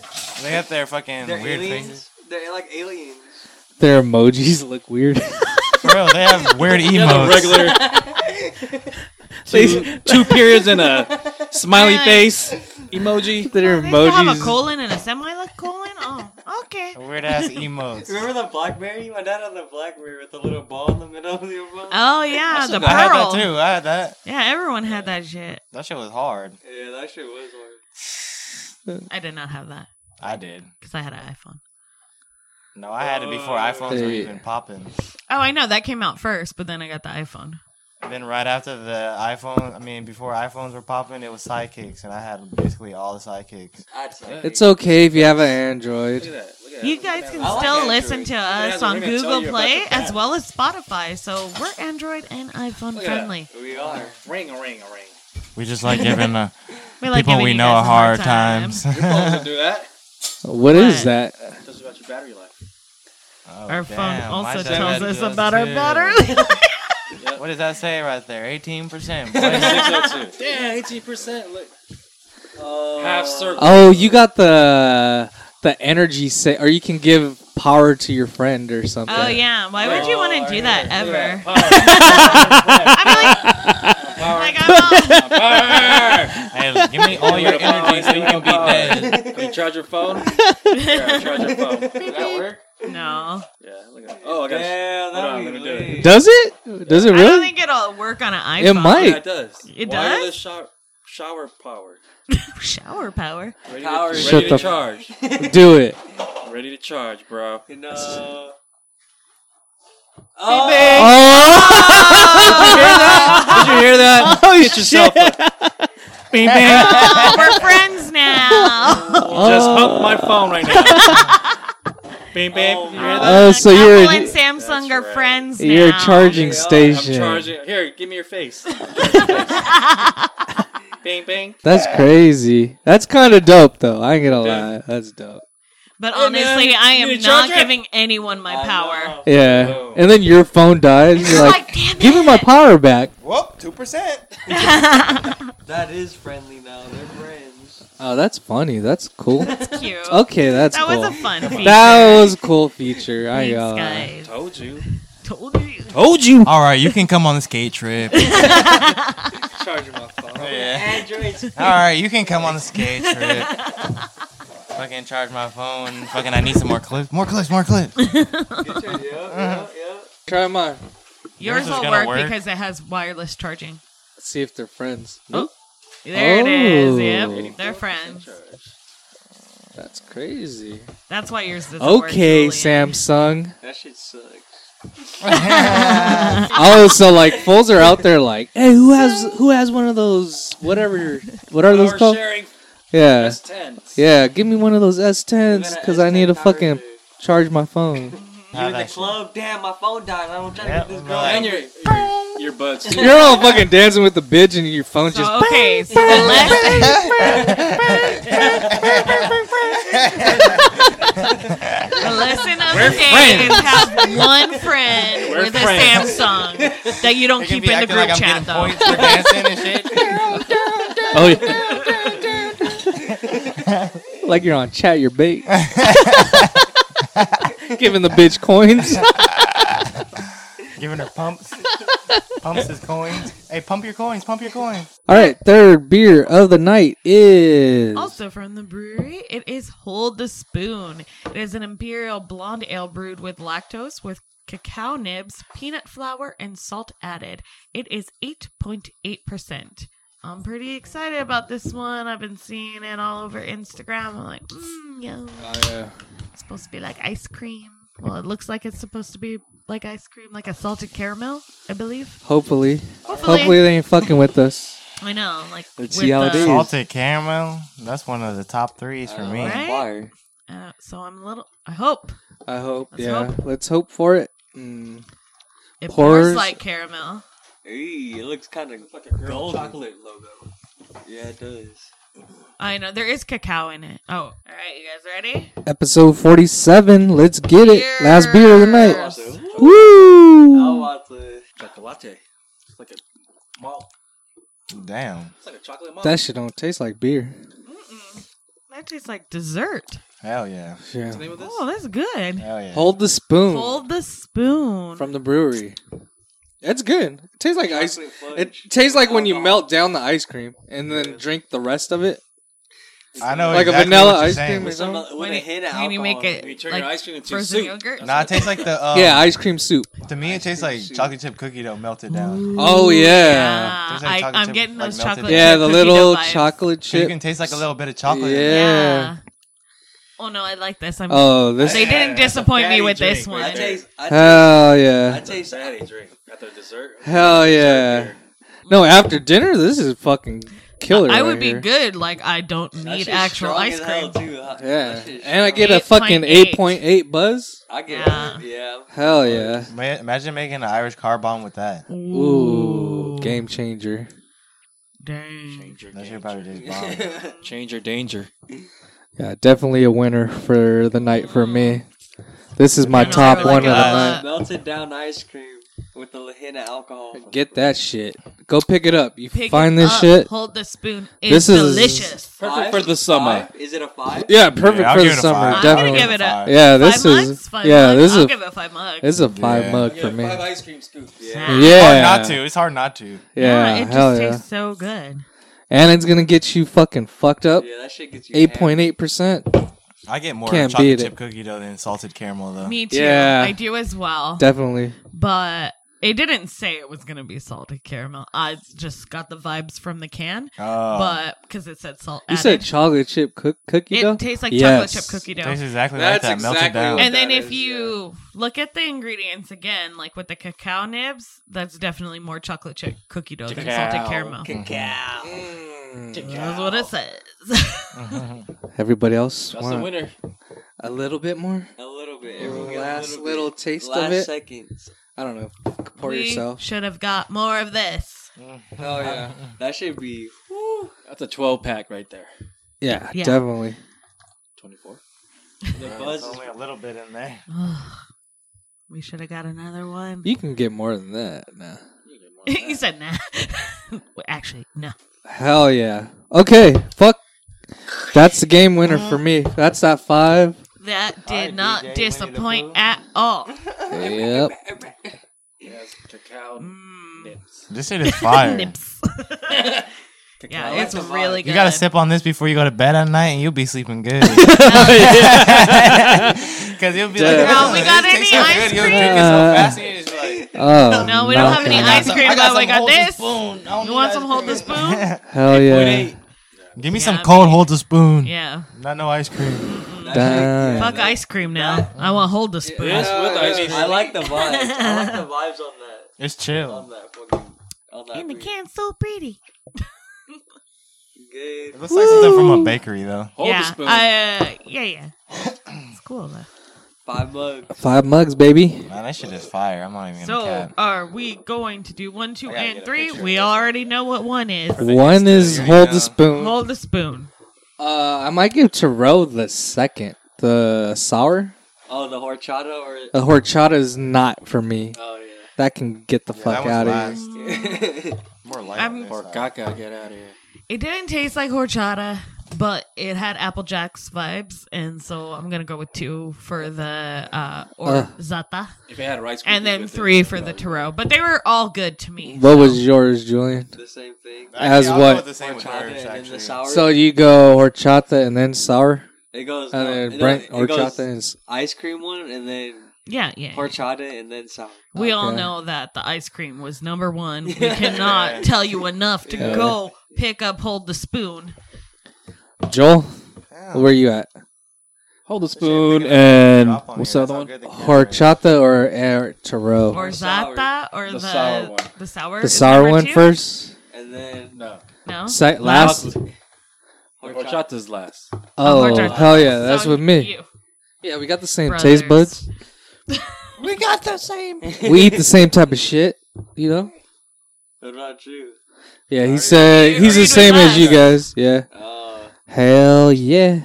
Speaker 3: they have their fucking
Speaker 4: They're
Speaker 3: weird
Speaker 4: aliens.
Speaker 3: faces.
Speaker 4: They're like aliens.
Speaker 2: Their emojis look weird.
Speaker 3: Bro, they have weird
Speaker 5: Yeah,
Speaker 3: emotes.
Speaker 5: the regular. two, two periods and a smiley face emoji.
Speaker 2: Their
Speaker 1: They still have a
Speaker 2: emojis.
Speaker 1: colon and a semicolon. Oh, okay.
Speaker 3: Weird ass emotes.
Speaker 4: Remember the BlackBerry? My dad had the BlackBerry with the little ball in the middle of your phone.
Speaker 2: Ah.
Speaker 1: Oh yeah, the
Speaker 3: I had
Speaker 1: pearl.
Speaker 3: that too. I had that.
Speaker 1: Yeah, everyone had that shit.
Speaker 3: That shit was hard.
Speaker 4: Yeah, that shit was hard.
Speaker 1: I did not have that
Speaker 3: I did.
Speaker 1: because I had an iPhone.
Speaker 3: No, I had it before iPhones were
Speaker 2: Hey.
Speaker 3: even popping.
Speaker 1: Oh, I know that came out first, but then I got the iPhone.
Speaker 3: Then right after the iPhone, I mean, before iPhones were popping, it was sidekicks, and I had basically all the sidekicks.
Speaker 4: I'd say.
Speaker 2: It's okay if you have an Android.
Speaker 1: You guys can
Speaker 4: I like
Speaker 1: still
Speaker 4: Android.
Speaker 1: listen to us
Speaker 5: so we're
Speaker 1: on
Speaker 5: gonna tell
Speaker 1: Google
Speaker 5: you about
Speaker 1: Play
Speaker 5: the
Speaker 1: as well as Spotify. So we're Android and iPhone
Speaker 5: at that.
Speaker 1: friendly.
Speaker 4: We are.
Speaker 5: Ring a ring a ring.
Speaker 3: We just like giving uh,
Speaker 1: We like
Speaker 3: people
Speaker 1: giving
Speaker 3: we
Speaker 1: you
Speaker 3: know
Speaker 1: guys a
Speaker 3: hard times.
Speaker 5: Supposed to do that.
Speaker 2: What is that?
Speaker 5: Just about your battery life.
Speaker 3: Oh,
Speaker 1: Our
Speaker 3: damn,
Speaker 1: phone also
Speaker 3: my dad
Speaker 1: tells
Speaker 3: does
Speaker 1: us about our
Speaker 3: too.
Speaker 1: battery.
Speaker 3: What does that say right there? Eighteen percent. That's
Speaker 5: Damn, eighteen percent. Look,
Speaker 4: Oh,
Speaker 5: half circle.
Speaker 2: Oh, you got the the energy set, or you can give power to your friend or something.
Speaker 1: oh yeah, why would you want
Speaker 4: Oh,
Speaker 1: to do that
Speaker 4: yeah.
Speaker 1: ever? Oh
Speaker 5: Power.
Speaker 1: I mean, like, like I'm all,
Speaker 5: Power.
Speaker 3: Hey, give me all your energy so you can be dead.
Speaker 5: Can you charge your phone? Yeah, charge your phone. Does that work?
Speaker 1: no.
Speaker 5: Yeah. Look at that. Oh, I got. Yeah.
Speaker 4: Damn, that
Speaker 5: Hold on, let me
Speaker 4: would
Speaker 5: do it.
Speaker 4: be
Speaker 2: Does it? Does it
Speaker 1: I don't
Speaker 2: really?
Speaker 1: think it'll work on an iPhone.
Speaker 2: It might.
Speaker 5: yeah, it does.
Speaker 1: It
Speaker 5: Wireless
Speaker 1: does?
Speaker 5: sho- shower power.
Speaker 1: Shower power.
Speaker 5: Ready
Speaker 4: Power.
Speaker 5: to,
Speaker 2: Shut
Speaker 5: ready
Speaker 2: the-
Speaker 5: to charge.
Speaker 2: Do it.
Speaker 5: Ready to charge, bro.
Speaker 4: You know.
Speaker 1: Hey,
Speaker 4: Oh,
Speaker 5: Did you hear that?
Speaker 2: Oh,
Speaker 5: Get yourself a-
Speaker 1: Oh, we're friends now.
Speaker 5: Just hump my phone right now. bing, bing.
Speaker 4: Oh,
Speaker 5: you hear that?
Speaker 2: Oh, so you're
Speaker 1: Apple and
Speaker 2: a,
Speaker 1: Samsung
Speaker 5: That's
Speaker 1: are
Speaker 5: right.
Speaker 1: friends now.
Speaker 2: you're a charging
Speaker 5: Yeah,
Speaker 2: station.
Speaker 5: I'm charging. Here, give me your face. bing, bing.
Speaker 2: That's crazy. That's kind of dope, though. I ain't gonna lie. That's dope.
Speaker 1: But
Speaker 5: Hey, man,
Speaker 1: honestly, I
Speaker 5: you
Speaker 1: am
Speaker 5: need a
Speaker 1: not
Speaker 5: charger?
Speaker 1: giving anyone my
Speaker 4: I
Speaker 1: power.
Speaker 4: know.
Speaker 2: Yeah. And then your phone dies. You're
Speaker 1: You're
Speaker 2: like,
Speaker 1: like, damn
Speaker 2: give me
Speaker 1: it."
Speaker 2: my power back.
Speaker 3: Whoop, two percent.
Speaker 4: That is friendly now. They're friends.
Speaker 2: Oh, that's funny. That's cool.
Speaker 1: Cute.
Speaker 2: Okay, Oh, that's
Speaker 1: that
Speaker 2: cool.
Speaker 1: was a fun feature.
Speaker 2: that was a cool feature. I ain't
Speaker 1: Thanks,
Speaker 2: gonna lie.
Speaker 1: guys.
Speaker 5: Told you.
Speaker 1: Told you.
Speaker 2: Told you.
Speaker 3: All right, you can come on the skate trip.
Speaker 4: Charging my phone.
Speaker 3: Yeah.
Speaker 4: Androids.
Speaker 3: All right, you can come on the skate trip. fucking charge my phone. Fucking, I need some more clips. More clips. More clips.
Speaker 4: Get your- yeah, yeah,
Speaker 5: Uh-huh.
Speaker 4: yeah.
Speaker 2: Try mine.
Speaker 1: Yours
Speaker 3: is
Speaker 1: will
Speaker 3: gonna
Speaker 1: work,
Speaker 3: work.
Speaker 1: because it has wireless charging.
Speaker 2: Let's see if they're friends.
Speaker 1: Oh. There it is. Yep,
Speaker 2: Oh.
Speaker 1: they're friends.
Speaker 2: That's crazy.
Speaker 1: That's why yours doesn't work.
Speaker 2: Okay,
Speaker 1: Julian.
Speaker 2: Samsung.
Speaker 4: That shit sucks.
Speaker 2: Oh, so like fools are out there like, hey, who has who has one of those whatever what are those
Speaker 5: Power
Speaker 2: called?
Speaker 5: sharing
Speaker 2: Yeah.
Speaker 5: is tense.
Speaker 2: Yeah, give me one of those
Speaker 4: You're
Speaker 2: S10s
Speaker 4: gonna
Speaker 2: cuz I need to
Speaker 4: S10 power
Speaker 2: fucking
Speaker 4: too.
Speaker 2: charge my phone.
Speaker 4: You in the club? Damn, my phone died. I don't try
Speaker 3: Yeah,
Speaker 4: to get this
Speaker 3: I'm
Speaker 4: girl.
Speaker 3: like-
Speaker 5: And your, your, your buds. too.
Speaker 2: You're all fucking dancing with the bitch and your phone
Speaker 1: So,
Speaker 2: just
Speaker 1: Oh, okay, so the left. The lesson of the day
Speaker 5: friends.
Speaker 1: is have one friend
Speaker 5: We're
Speaker 1: with a
Speaker 5: friends.
Speaker 1: Samsung that you don't keep in the group chat though.
Speaker 3: for dancing and shit.
Speaker 2: Oh yeah. like you're on chat your bait. Giving the bitch coins.
Speaker 3: Giving her pumps. pumps his coins. Hey, pump your coins. Pump your coins.
Speaker 2: All right, third beer of the night is
Speaker 1: Also from the brewery, it is Hold the Spoon. It is an imperial blonde ale brewed with lactose with cacao nibs, peanut flour, and salt added. It is 8.8%. I'm pretty excited about this one. I've been seeing it all over Instagram. I'm like, mmm, yum. It's supposed to be like ice cream. Well, it looks like it's supposed to be like ice cream, like a salted caramel, I believe.
Speaker 2: hopefully.
Speaker 1: Hopefully.
Speaker 2: Hopefully they ain't fucking with us.
Speaker 1: I know, like
Speaker 2: Let's
Speaker 1: with
Speaker 2: see how it
Speaker 1: the-
Speaker 2: is.
Speaker 3: Salted caramel. That's one of the top threes for me.
Speaker 1: Right?
Speaker 4: Why?
Speaker 1: Uh, so I'm a little. I hope
Speaker 2: I hope.
Speaker 1: Let's
Speaker 2: yeah,
Speaker 1: hope.
Speaker 2: let's hope for it. Mm.
Speaker 1: it
Speaker 2: Pours-
Speaker 1: pours like caramel.
Speaker 4: Eee, it looks kind of like a girl chocolate logo. Yeah, it does.
Speaker 1: I know there is cacao in it. Oh, all right, you guys ready?
Speaker 2: Episode forty-seven. Let's get it. Last beer of the night.
Speaker 1: Cheers.
Speaker 4: I
Speaker 1: Oh.
Speaker 2: Woo!
Speaker 4: want the chocolate. It's like a malt.
Speaker 3: Damn.
Speaker 4: It's like a chocolate malt.
Speaker 2: That shit don't taste like beer.
Speaker 1: That tastes like dessert.
Speaker 3: Hell yeah.
Speaker 2: Yeah.
Speaker 4: What's the name of this?
Speaker 1: Oh, that's good.
Speaker 3: Hell yeah.
Speaker 2: Hold the spoon
Speaker 1: Hold the spoon.
Speaker 2: from the brewery. That's good. It tastes like ice.
Speaker 4: Chocolate fudge.
Speaker 2: It tastes like when you melt down the ice cream and then drink the rest of it.
Speaker 3: I know
Speaker 2: Like a
Speaker 3: Oh, exactly
Speaker 2: vanilla
Speaker 3: what you're
Speaker 2: ice
Speaker 3: saying.
Speaker 2: cream or
Speaker 4: Some,
Speaker 2: something.
Speaker 4: when
Speaker 1: When
Speaker 4: it
Speaker 1: it-
Speaker 4: hit
Speaker 1: when you make it,
Speaker 4: you turn your
Speaker 1: like,
Speaker 4: ice cream into
Speaker 1: frozen
Speaker 4: soup.
Speaker 1: yogurt?
Speaker 4: That's
Speaker 3: Nah, it
Speaker 4: what it-
Speaker 3: tastes like the. Um,
Speaker 2: yeah, ice cream soup.
Speaker 3: To me, it tastes like chocolate chip cookie dough melted down.
Speaker 2: Oh yeah,
Speaker 1: Yeah,
Speaker 3: Tastes like
Speaker 1: I,
Speaker 3: chocolate
Speaker 1: I'm
Speaker 3: chip,
Speaker 1: getting
Speaker 3: like
Speaker 1: those
Speaker 3: melted
Speaker 1: chocolate.
Speaker 2: yeah,
Speaker 3: Yeah,
Speaker 1: chip
Speaker 2: the
Speaker 1: cookie
Speaker 2: little
Speaker 1: dough vibes.
Speaker 2: chocolate
Speaker 3: So you
Speaker 2: chip.
Speaker 3: can taste like a little bit of chocolate.
Speaker 2: Yeah.
Speaker 1: Yeah. Oh no, I like this. I'm.
Speaker 2: Oh, this.
Speaker 1: they didn't disappoint me with this one.
Speaker 4: I taste. I taste.
Speaker 2: Hell
Speaker 4: I
Speaker 2: yeah.
Speaker 4: taste daddy drink after dessert.
Speaker 2: Hell yeah. No, after dinner, this is fucking killer.
Speaker 1: I
Speaker 2: right
Speaker 1: would be
Speaker 2: here.
Speaker 1: good. Like I don't
Speaker 4: That
Speaker 1: need
Speaker 4: shit's
Speaker 1: actual
Speaker 4: strong as
Speaker 1: ice
Speaker 4: hell,
Speaker 1: cream.
Speaker 4: too, huh?
Speaker 2: Yeah,
Speaker 4: That shit's
Speaker 2: and I
Speaker 4: strong.
Speaker 2: get a fucking
Speaker 1: 8.8.
Speaker 2: eight point eight buzz.
Speaker 4: I get.
Speaker 1: Yeah.
Speaker 4: Yeah. yeah.
Speaker 2: Hell yeah.
Speaker 3: Ma- Imagine making an Irish car bomb with that.
Speaker 2: Ooh, game changer.
Speaker 1: Dang.
Speaker 5: your
Speaker 3: That shit probably just bomb.
Speaker 5: Change your danger.
Speaker 2: Yeah, definitely a winner for the night for me. This is my
Speaker 1: I know,
Speaker 2: top
Speaker 1: I
Speaker 2: one of
Speaker 1: like
Speaker 2: the
Speaker 1: it a
Speaker 2: night.
Speaker 1: lot.
Speaker 4: melted down ice cream with a hint of alcohol.
Speaker 2: Get that shit. Go pick it up. You
Speaker 1: Pick
Speaker 2: find
Speaker 1: it
Speaker 2: this
Speaker 1: up,
Speaker 2: shit.
Speaker 1: Hold the spoon. It's
Speaker 2: This is-
Speaker 1: delicious.
Speaker 5: Perfect for the summer.
Speaker 4: Five? Is it a five?
Speaker 2: Yeah, perfect
Speaker 3: Yeah, I'll
Speaker 2: for
Speaker 3: give
Speaker 2: the
Speaker 3: it a
Speaker 2: summer.
Speaker 3: five.
Speaker 1: I'm
Speaker 2: Definitely.
Speaker 1: gonna give it a
Speaker 3: Five.
Speaker 2: yeah, this
Speaker 1: five
Speaker 2: is
Speaker 1: mugs? Five
Speaker 2: yeah,
Speaker 1: mugs?
Speaker 2: this
Speaker 1: I'll
Speaker 2: is
Speaker 1: give it five mugs.
Speaker 2: this is a five
Speaker 3: Yeah.
Speaker 2: mug for
Speaker 4: Yeah,
Speaker 2: me.
Speaker 4: Five ice cream scoops. Yeah.
Speaker 3: Hard
Speaker 2: Yeah,
Speaker 3: not to. It's hard not to.
Speaker 2: Yeah,
Speaker 1: it just
Speaker 2: hell yeah.
Speaker 1: tastes so good.
Speaker 2: And it's gonna get you fucking fucked up.
Speaker 4: Yeah, that shit gets you.
Speaker 2: Eight point eight percent.
Speaker 3: I get more
Speaker 2: Can't beat
Speaker 3: chocolate
Speaker 2: it.
Speaker 3: chip cookie dough than salted caramel though.
Speaker 1: Me too.
Speaker 2: Yeah.
Speaker 1: I do as well.
Speaker 2: Definitely.
Speaker 1: but it didn't say it was gonna be salted caramel. I just got the vibes from the can,
Speaker 3: Oh,
Speaker 1: but because it said salt.
Speaker 2: You
Speaker 1: added.
Speaker 2: said chocolate chip cook- cookie
Speaker 1: it
Speaker 2: dough.
Speaker 1: tastes like
Speaker 2: Yes.
Speaker 1: chocolate chip cookie dough.
Speaker 3: tastes exactly
Speaker 4: That's
Speaker 3: like that melted
Speaker 4: exactly
Speaker 3: down.
Speaker 4: what-
Speaker 1: and then
Speaker 4: that
Speaker 1: if
Speaker 4: is,
Speaker 1: you look at the ingredients again, like with the cacao nibs, that's definitely more chocolate chip cookie dough than salted
Speaker 5: Cacao.
Speaker 1: caramel.
Speaker 4: Cacao.
Speaker 1: That's what it says.
Speaker 2: Everybody else
Speaker 5: That's the
Speaker 2: want
Speaker 5: winner.
Speaker 2: a little bit more.
Speaker 4: A little bit. Everyone get
Speaker 2: Last
Speaker 4: a
Speaker 2: little,
Speaker 4: little, bit.
Speaker 2: taste
Speaker 4: Last
Speaker 2: of it.
Speaker 4: seconds.
Speaker 2: I don't know. Pour
Speaker 1: we
Speaker 2: yourself.
Speaker 1: should have got more of this.
Speaker 2: Hell yeah.
Speaker 4: That should be.
Speaker 5: That's a 12 pack right there.
Speaker 2: yeah.
Speaker 1: Yeah.
Speaker 2: definitely.
Speaker 5: 24.
Speaker 4: The buzz
Speaker 3: There's
Speaker 4: is.
Speaker 3: only a little bit in there.
Speaker 1: We should have got another one.
Speaker 2: You can get more than that. Nah.
Speaker 1: you said nah. Well, Actually, no.
Speaker 2: Hell yeah. Okay. Fuck. That's the game winner for me. That's that five.
Speaker 1: That did
Speaker 3: All right,
Speaker 1: not
Speaker 3: DJ, Winnie
Speaker 1: disappoint
Speaker 3: the
Speaker 1: at all.
Speaker 2: Yep.
Speaker 5: Yes, cacao nips.
Speaker 3: This shit is fire.
Speaker 1: Nips. yeah, it's really good.
Speaker 3: You gotta sip on this before you go to bed at night, and you'll be sleeping good. Because you'll be like, "Oh,
Speaker 1: Girl, we got any ice
Speaker 3: You'll
Speaker 1: cream?
Speaker 3: drink it
Speaker 2: Uh.
Speaker 3: so fast, and you're just like,
Speaker 2: Oh.
Speaker 1: No, we don't have any
Speaker 2: nothing.
Speaker 1: ice cream, but we got this.
Speaker 3: spoon. I don't
Speaker 1: You
Speaker 3: need
Speaker 1: want
Speaker 3: ice
Speaker 1: some hold the
Speaker 3: cream.
Speaker 1: spoon?
Speaker 2: Hell yeah.
Speaker 3: Give me
Speaker 1: Yeah,
Speaker 3: some
Speaker 1: I
Speaker 3: cold hold the spoon.
Speaker 1: Yeah.
Speaker 3: Not no ice cream.
Speaker 2: Damn.
Speaker 1: Fuck ice cream now. I want hold the spoon.
Speaker 5: This with ice cream.
Speaker 4: I like the vibes. I like the vibes on that.
Speaker 3: It's
Speaker 4: On
Speaker 3: chill.
Speaker 4: that fucking. On that.
Speaker 1: And the
Speaker 4: beat.
Speaker 1: can's so pretty.
Speaker 4: Good.
Speaker 3: It looks like something from a bakery though.
Speaker 5: Hold
Speaker 1: yeah.
Speaker 5: the spoon.
Speaker 1: I, uh, yeah, yeah. It's cool though.
Speaker 4: Five mugs.
Speaker 2: Five mugs, baby.
Speaker 3: Man, that shit is fire. I'm not even gonna
Speaker 1: So,
Speaker 3: cap.
Speaker 1: are we going to do one, two,
Speaker 3: gotta
Speaker 1: and
Speaker 3: get a
Speaker 1: three?
Speaker 3: picture
Speaker 1: We
Speaker 3: of this.
Speaker 1: already know what one is.
Speaker 2: One is
Speaker 3: Yeah,
Speaker 2: hold
Speaker 3: yeah.
Speaker 2: the spoon.
Speaker 1: Hold the spoon.
Speaker 2: Uh, I might give Taro the second. The sour,
Speaker 4: Oh, the horchata or.
Speaker 5: Uh,
Speaker 2: the horchata is not for me.
Speaker 4: Oh
Speaker 2: That can get the
Speaker 3: Yeah,
Speaker 2: fuck
Speaker 3: that
Speaker 2: out
Speaker 3: one's
Speaker 2: of here.
Speaker 4: yeah.
Speaker 3: More light.
Speaker 1: I'm-
Speaker 3: on this
Speaker 5: Or
Speaker 3: side.
Speaker 5: caca, get out of here.
Speaker 1: It didn't taste like horchata. but it had Apple Jacks vibes, and so I'm gonna go with two for the uh, or
Speaker 2: Uh.
Speaker 1: Zata,
Speaker 5: If it had rice,
Speaker 1: and
Speaker 5: cookies
Speaker 1: then
Speaker 5: with it,
Speaker 1: three for the
Speaker 5: that'd be
Speaker 1: Taro. But they were all good to me.
Speaker 2: What was yours, Julian?
Speaker 4: The same thing.
Speaker 2: As
Speaker 3: Actually, I'll
Speaker 2: what?
Speaker 3: go with the same with
Speaker 4: Horchata
Speaker 3: hers,
Speaker 4: and then
Speaker 3: actually.
Speaker 4: the sour.
Speaker 2: So you go horchata and then sour,
Speaker 4: it goes.
Speaker 2: and
Speaker 4: no,
Speaker 2: then
Speaker 4: no,
Speaker 2: Brent
Speaker 4: it
Speaker 2: horchata
Speaker 4: goes
Speaker 2: and s-
Speaker 4: ice cream one, and then
Speaker 1: Yeah, yeah.
Speaker 4: horchata, and then sour.
Speaker 1: We all
Speaker 2: Okay.
Speaker 1: know that the ice cream was number one. We
Speaker 4: Yeah.
Speaker 1: cannot tell you enough to
Speaker 2: Yeah.
Speaker 1: go pick up, hold the spoon.
Speaker 2: Joel,
Speaker 3: Damn.
Speaker 2: where you at?
Speaker 5: Hold the
Speaker 3: This shit big
Speaker 5: spoon
Speaker 3: enough to
Speaker 5: and
Speaker 3: drop on
Speaker 5: what's the
Speaker 3: here.
Speaker 5: other one?
Speaker 3: That's how good the camera is.
Speaker 2: Horchata or air taro?
Speaker 1: Or
Speaker 4: sour.
Speaker 1: Zata or the,
Speaker 5: The sour one.
Speaker 1: The sour,
Speaker 2: The
Speaker 1: is
Speaker 2: sour
Speaker 1: number
Speaker 2: one
Speaker 1: two?
Speaker 2: first.
Speaker 4: And then
Speaker 5: No,
Speaker 1: No.
Speaker 2: Sec- last.
Speaker 4: horchata.
Speaker 5: horchata's last.
Speaker 2: Oh
Speaker 1: Horchata.
Speaker 2: hell yeah, that's
Speaker 1: So
Speaker 2: with me.
Speaker 1: you,
Speaker 2: Yeah, we got the same taste
Speaker 1: brothers.
Speaker 2: buds. We eat the same type of shit. You know.
Speaker 4: What about you?
Speaker 2: Yeah, he said he's the
Speaker 1: Agreed
Speaker 2: same
Speaker 1: with
Speaker 2: as you
Speaker 1: us.
Speaker 2: guys. Yeah.
Speaker 4: Uh,
Speaker 2: Hell yeah.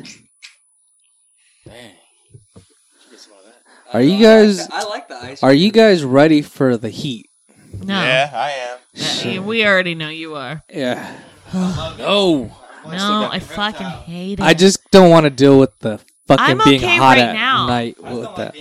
Speaker 5: Dang.
Speaker 2: Are you guys
Speaker 4: I like the ice.
Speaker 2: are you guys ready for the heat?
Speaker 1: No.
Speaker 3: Yeah, I am.
Speaker 1: Uh, we already know you are.
Speaker 2: Yeah.
Speaker 5: No.
Speaker 1: No, I fucking hate it.
Speaker 2: I just don't want to deal with the fucking
Speaker 1: I'm
Speaker 2: being
Speaker 1: okay
Speaker 2: hot
Speaker 1: right
Speaker 2: at
Speaker 1: now.
Speaker 2: night with that.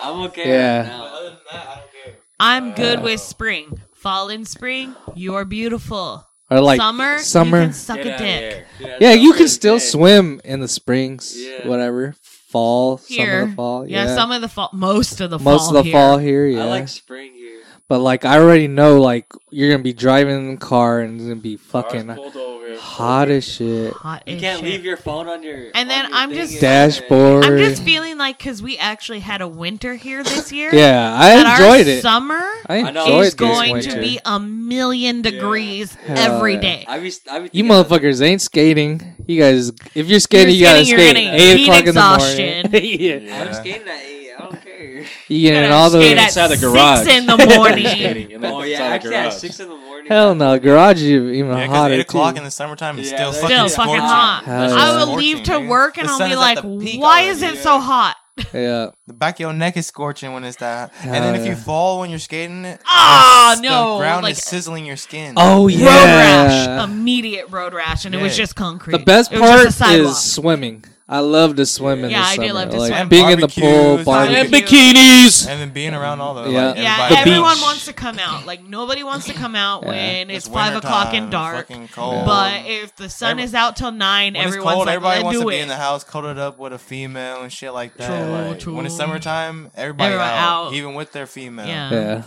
Speaker 4: I'm okay.
Speaker 2: Yeah.
Speaker 4: Right now.
Speaker 3: Other than that, I don't care.
Speaker 1: I'm good with spring. Fall and spring, you're beautiful.
Speaker 2: Or like
Speaker 1: summer,
Speaker 2: summer.
Speaker 1: you can suck
Speaker 5: Get
Speaker 1: a
Speaker 5: outta
Speaker 1: dick.
Speaker 5: here.
Speaker 2: Yeah, you can
Speaker 4: summer's
Speaker 2: still
Speaker 4: dead.
Speaker 2: swim in the springs,
Speaker 4: Yeah.
Speaker 2: whatever. Fall, some
Speaker 1: Here,
Speaker 2: of the fall.
Speaker 1: yeah.
Speaker 2: Yeah,
Speaker 1: some of the fall, most of the
Speaker 2: most
Speaker 1: fall.
Speaker 2: of the
Speaker 1: here.
Speaker 2: fall here. Yeah,
Speaker 4: I like spring here.
Speaker 2: but like I already know, like you're gonna be driving in the car and it's gonna be
Speaker 5: Ours
Speaker 2: fucking
Speaker 5: pulled over.
Speaker 2: hot as shit.
Speaker 1: Hot
Speaker 4: You
Speaker 1: as
Speaker 4: can't
Speaker 1: shit.
Speaker 4: leave your phone on your.
Speaker 1: And then
Speaker 4: on your
Speaker 1: I'm
Speaker 4: thing
Speaker 1: just-
Speaker 4: and-
Speaker 2: Dashboard.
Speaker 1: I'm just feeling like because we actually had a winter here this year.
Speaker 2: Yeah, I
Speaker 1: that
Speaker 2: enjoyed
Speaker 1: our
Speaker 2: it.
Speaker 1: Summer
Speaker 2: I
Speaker 4: I know.
Speaker 2: enjoyed
Speaker 4: It's
Speaker 1: is
Speaker 2: this
Speaker 1: going to
Speaker 2: winter.
Speaker 1: be a million degrees every
Speaker 2: yeah.
Speaker 1: day.
Speaker 4: I be, I be
Speaker 2: You
Speaker 4: thinking of-
Speaker 2: motherfuckers ain't skating. You guys, if you're skating, you
Speaker 1: You're
Speaker 2: gotta
Speaker 1: skating, you're
Speaker 2: skate
Speaker 1: gonna
Speaker 2: at
Speaker 1: heat
Speaker 2: eight o'clock in the morning.
Speaker 1: exhaustion.
Speaker 2: yeah.
Speaker 4: I'm
Speaker 3: Yeah.
Speaker 4: skating at eight. I don't care.
Speaker 2: You getting
Speaker 1: gotta
Speaker 2: all
Speaker 1: skate
Speaker 2: the
Speaker 1: at
Speaker 5: Inside the garage.
Speaker 1: six in the morning.
Speaker 5: Skating, and then
Speaker 4: Oh
Speaker 5: it's
Speaker 4: yeah,
Speaker 5: out of
Speaker 4: actually at
Speaker 5: garage.
Speaker 4: six in the morning.
Speaker 2: hell no garage is even
Speaker 3: Yeah, because
Speaker 2: hotter.
Speaker 3: 8 o'clock
Speaker 2: too.
Speaker 3: in the summertime is
Speaker 4: Yeah,
Speaker 3: still
Speaker 4: that's-
Speaker 3: fucking,
Speaker 1: Still
Speaker 3: scorching.
Speaker 1: fucking hot.
Speaker 2: Hell
Speaker 1: I will
Speaker 3: Scorching,
Speaker 1: leave to
Speaker 3: dude.
Speaker 1: work and
Speaker 3: The
Speaker 1: I'll
Speaker 3: sun
Speaker 1: be
Speaker 3: is at
Speaker 1: like,
Speaker 3: the peak
Speaker 1: why
Speaker 3: already.
Speaker 1: is it so hot?
Speaker 2: yeah.
Speaker 3: The back of your neck is scorching when it's that hot.
Speaker 2: Hell
Speaker 3: and then if
Speaker 2: yeah.
Speaker 3: you fall when you're skating it,
Speaker 1: Ah,
Speaker 3: the
Speaker 1: no,
Speaker 3: ground
Speaker 1: like-
Speaker 3: is sizzling your skin.
Speaker 2: Oh
Speaker 1: Road
Speaker 2: yeah.
Speaker 1: rash, immediate road rash, and it was
Speaker 3: Yeah.
Speaker 1: just concrete.
Speaker 2: The best
Speaker 1: It was just a
Speaker 2: part
Speaker 1: sidewalk.
Speaker 2: is swimming. I love to swim in
Speaker 1: Yeah,
Speaker 2: the
Speaker 1: I do
Speaker 2: summer.
Speaker 1: love to
Speaker 2: like,
Speaker 1: swim.
Speaker 2: Being in the pool,
Speaker 3: Barbecues,
Speaker 2: barbecue.
Speaker 3: And
Speaker 2: bikinis.
Speaker 3: And then being around all the
Speaker 2: Yeah.
Speaker 3: like,
Speaker 1: yeah,
Speaker 3: everybody-
Speaker 2: The
Speaker 1: everyone
Speaker 2: beach.
Speaker 1: wants to come out. Like nobody wants to come out
Speaker 2: Yeah.
Speaker 1: when
Speaker 3: It's
Speaker 1: it's, five
Speaker 3: winter
Speaker 1: o'clock
Speaker 3: time,
Speaker 1: and dark.
Speaker 3: fucking cold.
Speaker 1: But if the sun
Speaker 3: Every-
Speaker 1: is out till nine,
Speaker 3: when it's
Speaker 1: everyone's
Speaker 3: cold,
Speaker 1: like,
Speaker 3: everybody
Speaker 1: "Let's
Speaker 3: wants
Speaker 1: do
Speaker 3: to be
Speaker 1: it."
Speaker 3: in the house, cuddled up with a female and shit like that.
Speaker 1: True,
Speaker 3: like,
Speaker 1: true.
Speaker 3: When it's summertime, everybody
Speaker 1: Everyone
Speaker 3: out,
Speaker 1: out.
Speaker 3: even with their female.
Speaker 1: Yeah.
Speaker 2: Yeah.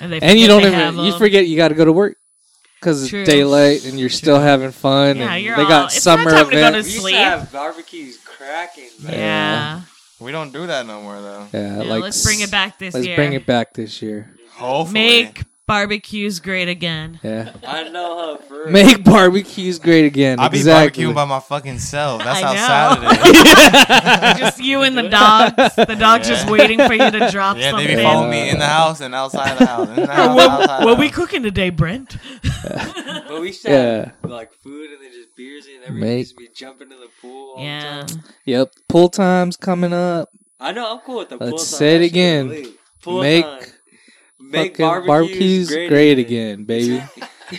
Speaker 1: and, they
Speaker 2: And you
Speaker 1: forget
Speaker 2: don't
Speaker 1: they have
Speaker 2: even you
Speaker 1: them.
Speaker 2: forget you got to go to work because
Speaker 1: True.
Speaker 2: it's daylight and you're still having fun.
Speaker 1: Yeah,
Speaker 2: and
Speaker 1: you're
Speaker 2: they
Speaker 1: all-
Speaker 2: got
Speaker 1: it's not
Speaker 2: summer
Speaker 1: time to go to
Speaker 2: events.
Speaker 4: We used
Speaker 1: Sleep.
Speaker 4: to have barbecues cracking.
Speaker 1: Yeah,
Speaker 4: man.
Speaker 2: Yeah.
Speaker 3: We don't do that no more though.
Speaker 2: yeah,
Speaker 1: Yeah,
Speaker 2: like
Speaker 1: let's bring it back this
Speaker 2: Let's
Speaker 1: year.
Speaker 2: bring it back this year.
Speaker 3: Hopefully.
Speaker 1: Make barbecues great again.
Speaker 2: Yeah,
Speaker 4: I know her for real.
Speaker 2: make barbecues great again.
Speaker 3: I'll
Speaker 2: exactly.
Speaker 3: be barbecuing by my fucking self. That's
Speaker 1: I
Speaker 3: how
Speaker 1: know.
Speaker 3: sad it is.
Speaker 1: just you and the dogs. The dog's just
Speaker 3: Yeah.
Speaker 1: waiting for you to drop
Speaker 3: Yeah, they
Speaker 1: something.
Speaker 3: be following me in the house and outside the house. In the house, outside
Speaker 1: what,
Speaker 3: the
Speaker 1: what we
Speaker 3: house.
Speaker 1: cooking today, Brent?
Speaker 4: But we used to have like food and then just beers and everything.
Speaker 2: Make-
Speaker 4: Used to be jumping in the pool. All
Speaker 1: yeah.
Speaker 4: The time.
Speaker 2: Yep, pool time's coming up.
Speaker 4: I know. I'm cool with the
Speaker 2: Let's
Speaker 4: pool. time.
Speaker 2: say it
Speaker 4: That shit
Speaker 2: again.
Speaker 4: is lit. Pool
Speaker 2: Make-
Speaker 4: time. Make
Speaker 2: Fucking
Speaker 4: barbecues,
Speaker 2: great, again, baby.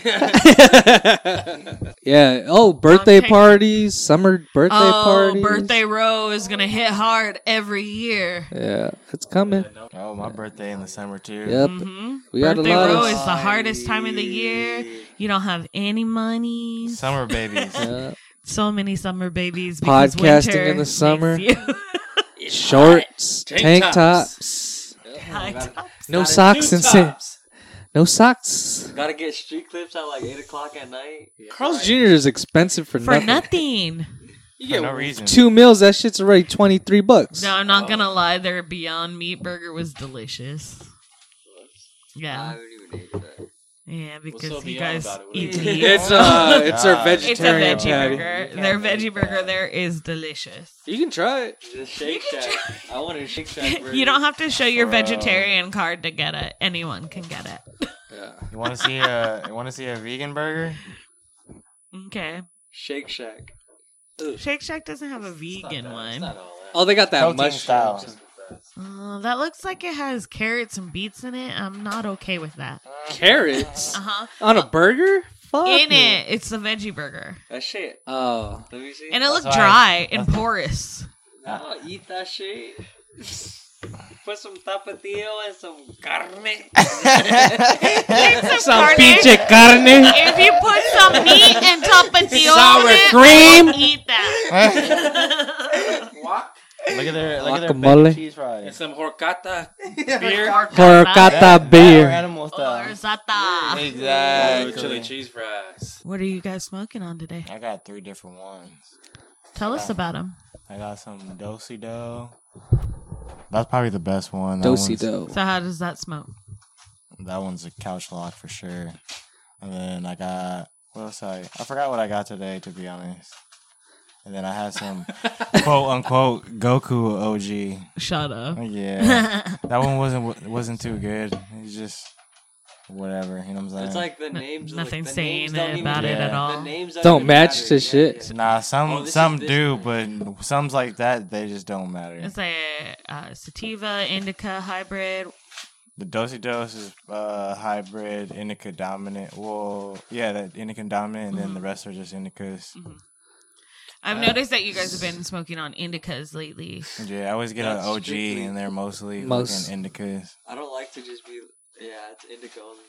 Speaker 2: yeah. Oh, birthday
Speaker 1: taking-
Speaker 2: parties, summer birthday
Speaker 1: oh,
Speaker 2: parties.
Speaker 1: birthday row is gonna hit hard every year.
Speaker 2: Yeah, it's coming.
Speaker 3: Oh, my birthday in the summer too.
Speaker 2: Yep,
Speaker 1: hmm
Speaker 2: we got a
Speaker 1: Birthday
Speaker 2: lot
Speaker 1: row
Speaker 2: of.
Speaker 1: is the hardest time of the year. You don't have any money.
Speaker 3: Summer babies.
Speaker 2: Yeah.
Speaker 1: so many summer babies. because
Speaker 2: Podcasting
Speaker 1: winter
Speaker 2: in the summer.
Speaker 1: makes you-
Speaker 2: Shorts,
Speaker 5: Tank
Speaker 2: tank
Speaker 5: tops.
Speaker 2: tops,
Speaker 1: High
Speaker 4: gotta,
Speaker 1: tops.
Speaker 2: no
Speaker 4: Not a
Speaker 2: socks and sa-
Speaker 5: Tops.
Speaker 2: no socks.
Speaker 4: gotta get street clips at like eight o'clock at night.
Speaker 2: Carl's Jr. is expensive for,
Speaker 1: for nothing.
Speaker 3: For no reason.
Speaker 2: Two meals, that shit's already twenty three bucks.
Speaker 1: No, I'm not gonna lie. Their Beyond Meat burger was delicious.
Speaker 4: I
Speaker 1: Yeah,
Speaker 4: haven't even ate that.
Speaker 1: yeah, because
Speaker 5: so
Speaker 1: you
Speaker 5: beyond
Speaker 1: guys
Speaker 5: about it? What
Speaker 1: eat
Speaker 4: is it?
Speaker 1: meat.
Speaker 2: It's uh, it's our
Speaker 3: God. It's a
Speaker 1: It's a veggie
Speaker 2: vegetarian patty.
Speaker 1: burger. Their veggie burger there is delicious.
Speaker 2: You can try it.
Speaker 4: Just Shake
Speaker 1: can
Speaker 4: Shack. I want a Shake Shack.
Speaker 1: You don't have to show your vegetarian card to get it. Anyone can get it.
Speaker 3: You want to see a you want to see a vegan burger?
Speaker 1: Okay.
Speaker 4: Shake Shack.
Speaker 1: Shake Shack doesn't have a vegan one.
Speaker 4: Not all that.
Speaker 2: Oh, they got that
Speaker 3: Protein
Speaker 2: mushroom.
Speaker 3: style.
Speaker 1: Uh, that looks like it has carrots and beets in it. I'm not okay with that.
Speaker 2: Carrots
Speaker 3: Uh-huh.
Speaker 1: Uh huh.
Speaker 2: on a burger? fuck?
Speaker 1: in it. It's the veggie burger,
Speaker 4: That shit.
Speaker 2: Oh.
Speaker 4: Let me see.
Speaker 1: and it
Speaker 3: That's
Speaker 1: looked
Speaker 3: why I-
Speaker 1: dry and porous.
Speaker 4: No, eat that shit. Put some tapatio and some carne.
Speaker 1: It's a
Speaker 2: Some
Speaker 1: carne.
Speaker 2: pinche carne.
Speaker 1: If you put some meat and tapatio on
Speaker 2: Sour
Speaker 1: it,
Speaker 2: cream.
Speaker 1: I'll eat that.
Speaker 3: Look at their look at their
Speaker 2: Guacamole.
Speaker 3: bacon cheese
Speaker 5: And
Speaker 3: fries.
Speaker 5: some horcata.
Speaker 1: Or
Speaker 2: Horchata
Speaker 3: Or
Speaker 2: beer.
Speaker 3: animal
Speaker 1: Or
Speaker 3: style.
Speaker 1: za'ata.
Speaker 5: Ooh,
Speaker 3: Exactly.
Speaker 5: chili cheese fries.
Speaker 1: What are you guys smoking on today?
Speaker 3: I got three different ones.
Speaker 1: Tell us about them.
Speaker 3: I got some dosi do. That's probably the best one. That
Speaker 2: Dosey
Speaker 3: one's-
Speaker 2: do.
Speaker 1: So how does that smoke?
Speaker 3: That one's a couch lock for sure. And then I got what else I I forgot what I got today to be honest. And then I had some quote unquote Goku OG.
Speaker 1: Shut up.
Speaker 3: Yeah, that one wasn't wasn't too good. It's just whatever. You know what I'm saying?
Speaker 4: It's like the names. like,
Speaker 1: Uh, nothing
Speaker 4: the
Speaker 1: saying
Speaker 4: names don't even
Speaker 1: about
Speaker 3: it
Speaker 4: matter.
Speaker 3: at
Speaker 1: all.
Speaker 4: The names don't,
Speaker 2: Don't
Speaker 4: even
Speaker 2: match
Speaker 4: matter.
Speaker 2: to
Speaker 4: Yeah,
Speaker 2: shit.
Speaker 4: yeah.
Speaker 3: nah, some
Speaker 4: Oh, this is
Speaker 3: some
Speaker 4: this
Speaker 3: do, but some's like that they just don't matter.
Speaker 1: It's a uh, sativa indica hybrid.
Speaker 3: The Dosey Dose is uh, hybrid indica dominant. Well, yeah, that indica dominant, and then
Speaker 1: Mm-hmm.
Speaker 3: the rest are just indicas. Uh,
Speaker 1: I've noticed that you guys have been smoking on indicas lately.
Speaker 3: Yeah, I always get an
Speaker 5: That's
Speaker 3: OG
Speaker 4: strictly-
Speaker 3: in there mostly.
Speaker 2: Most-
Speaker 3: Most indicas.
Speaker 4: I don't like to just be. Yeah, it's indigo. only.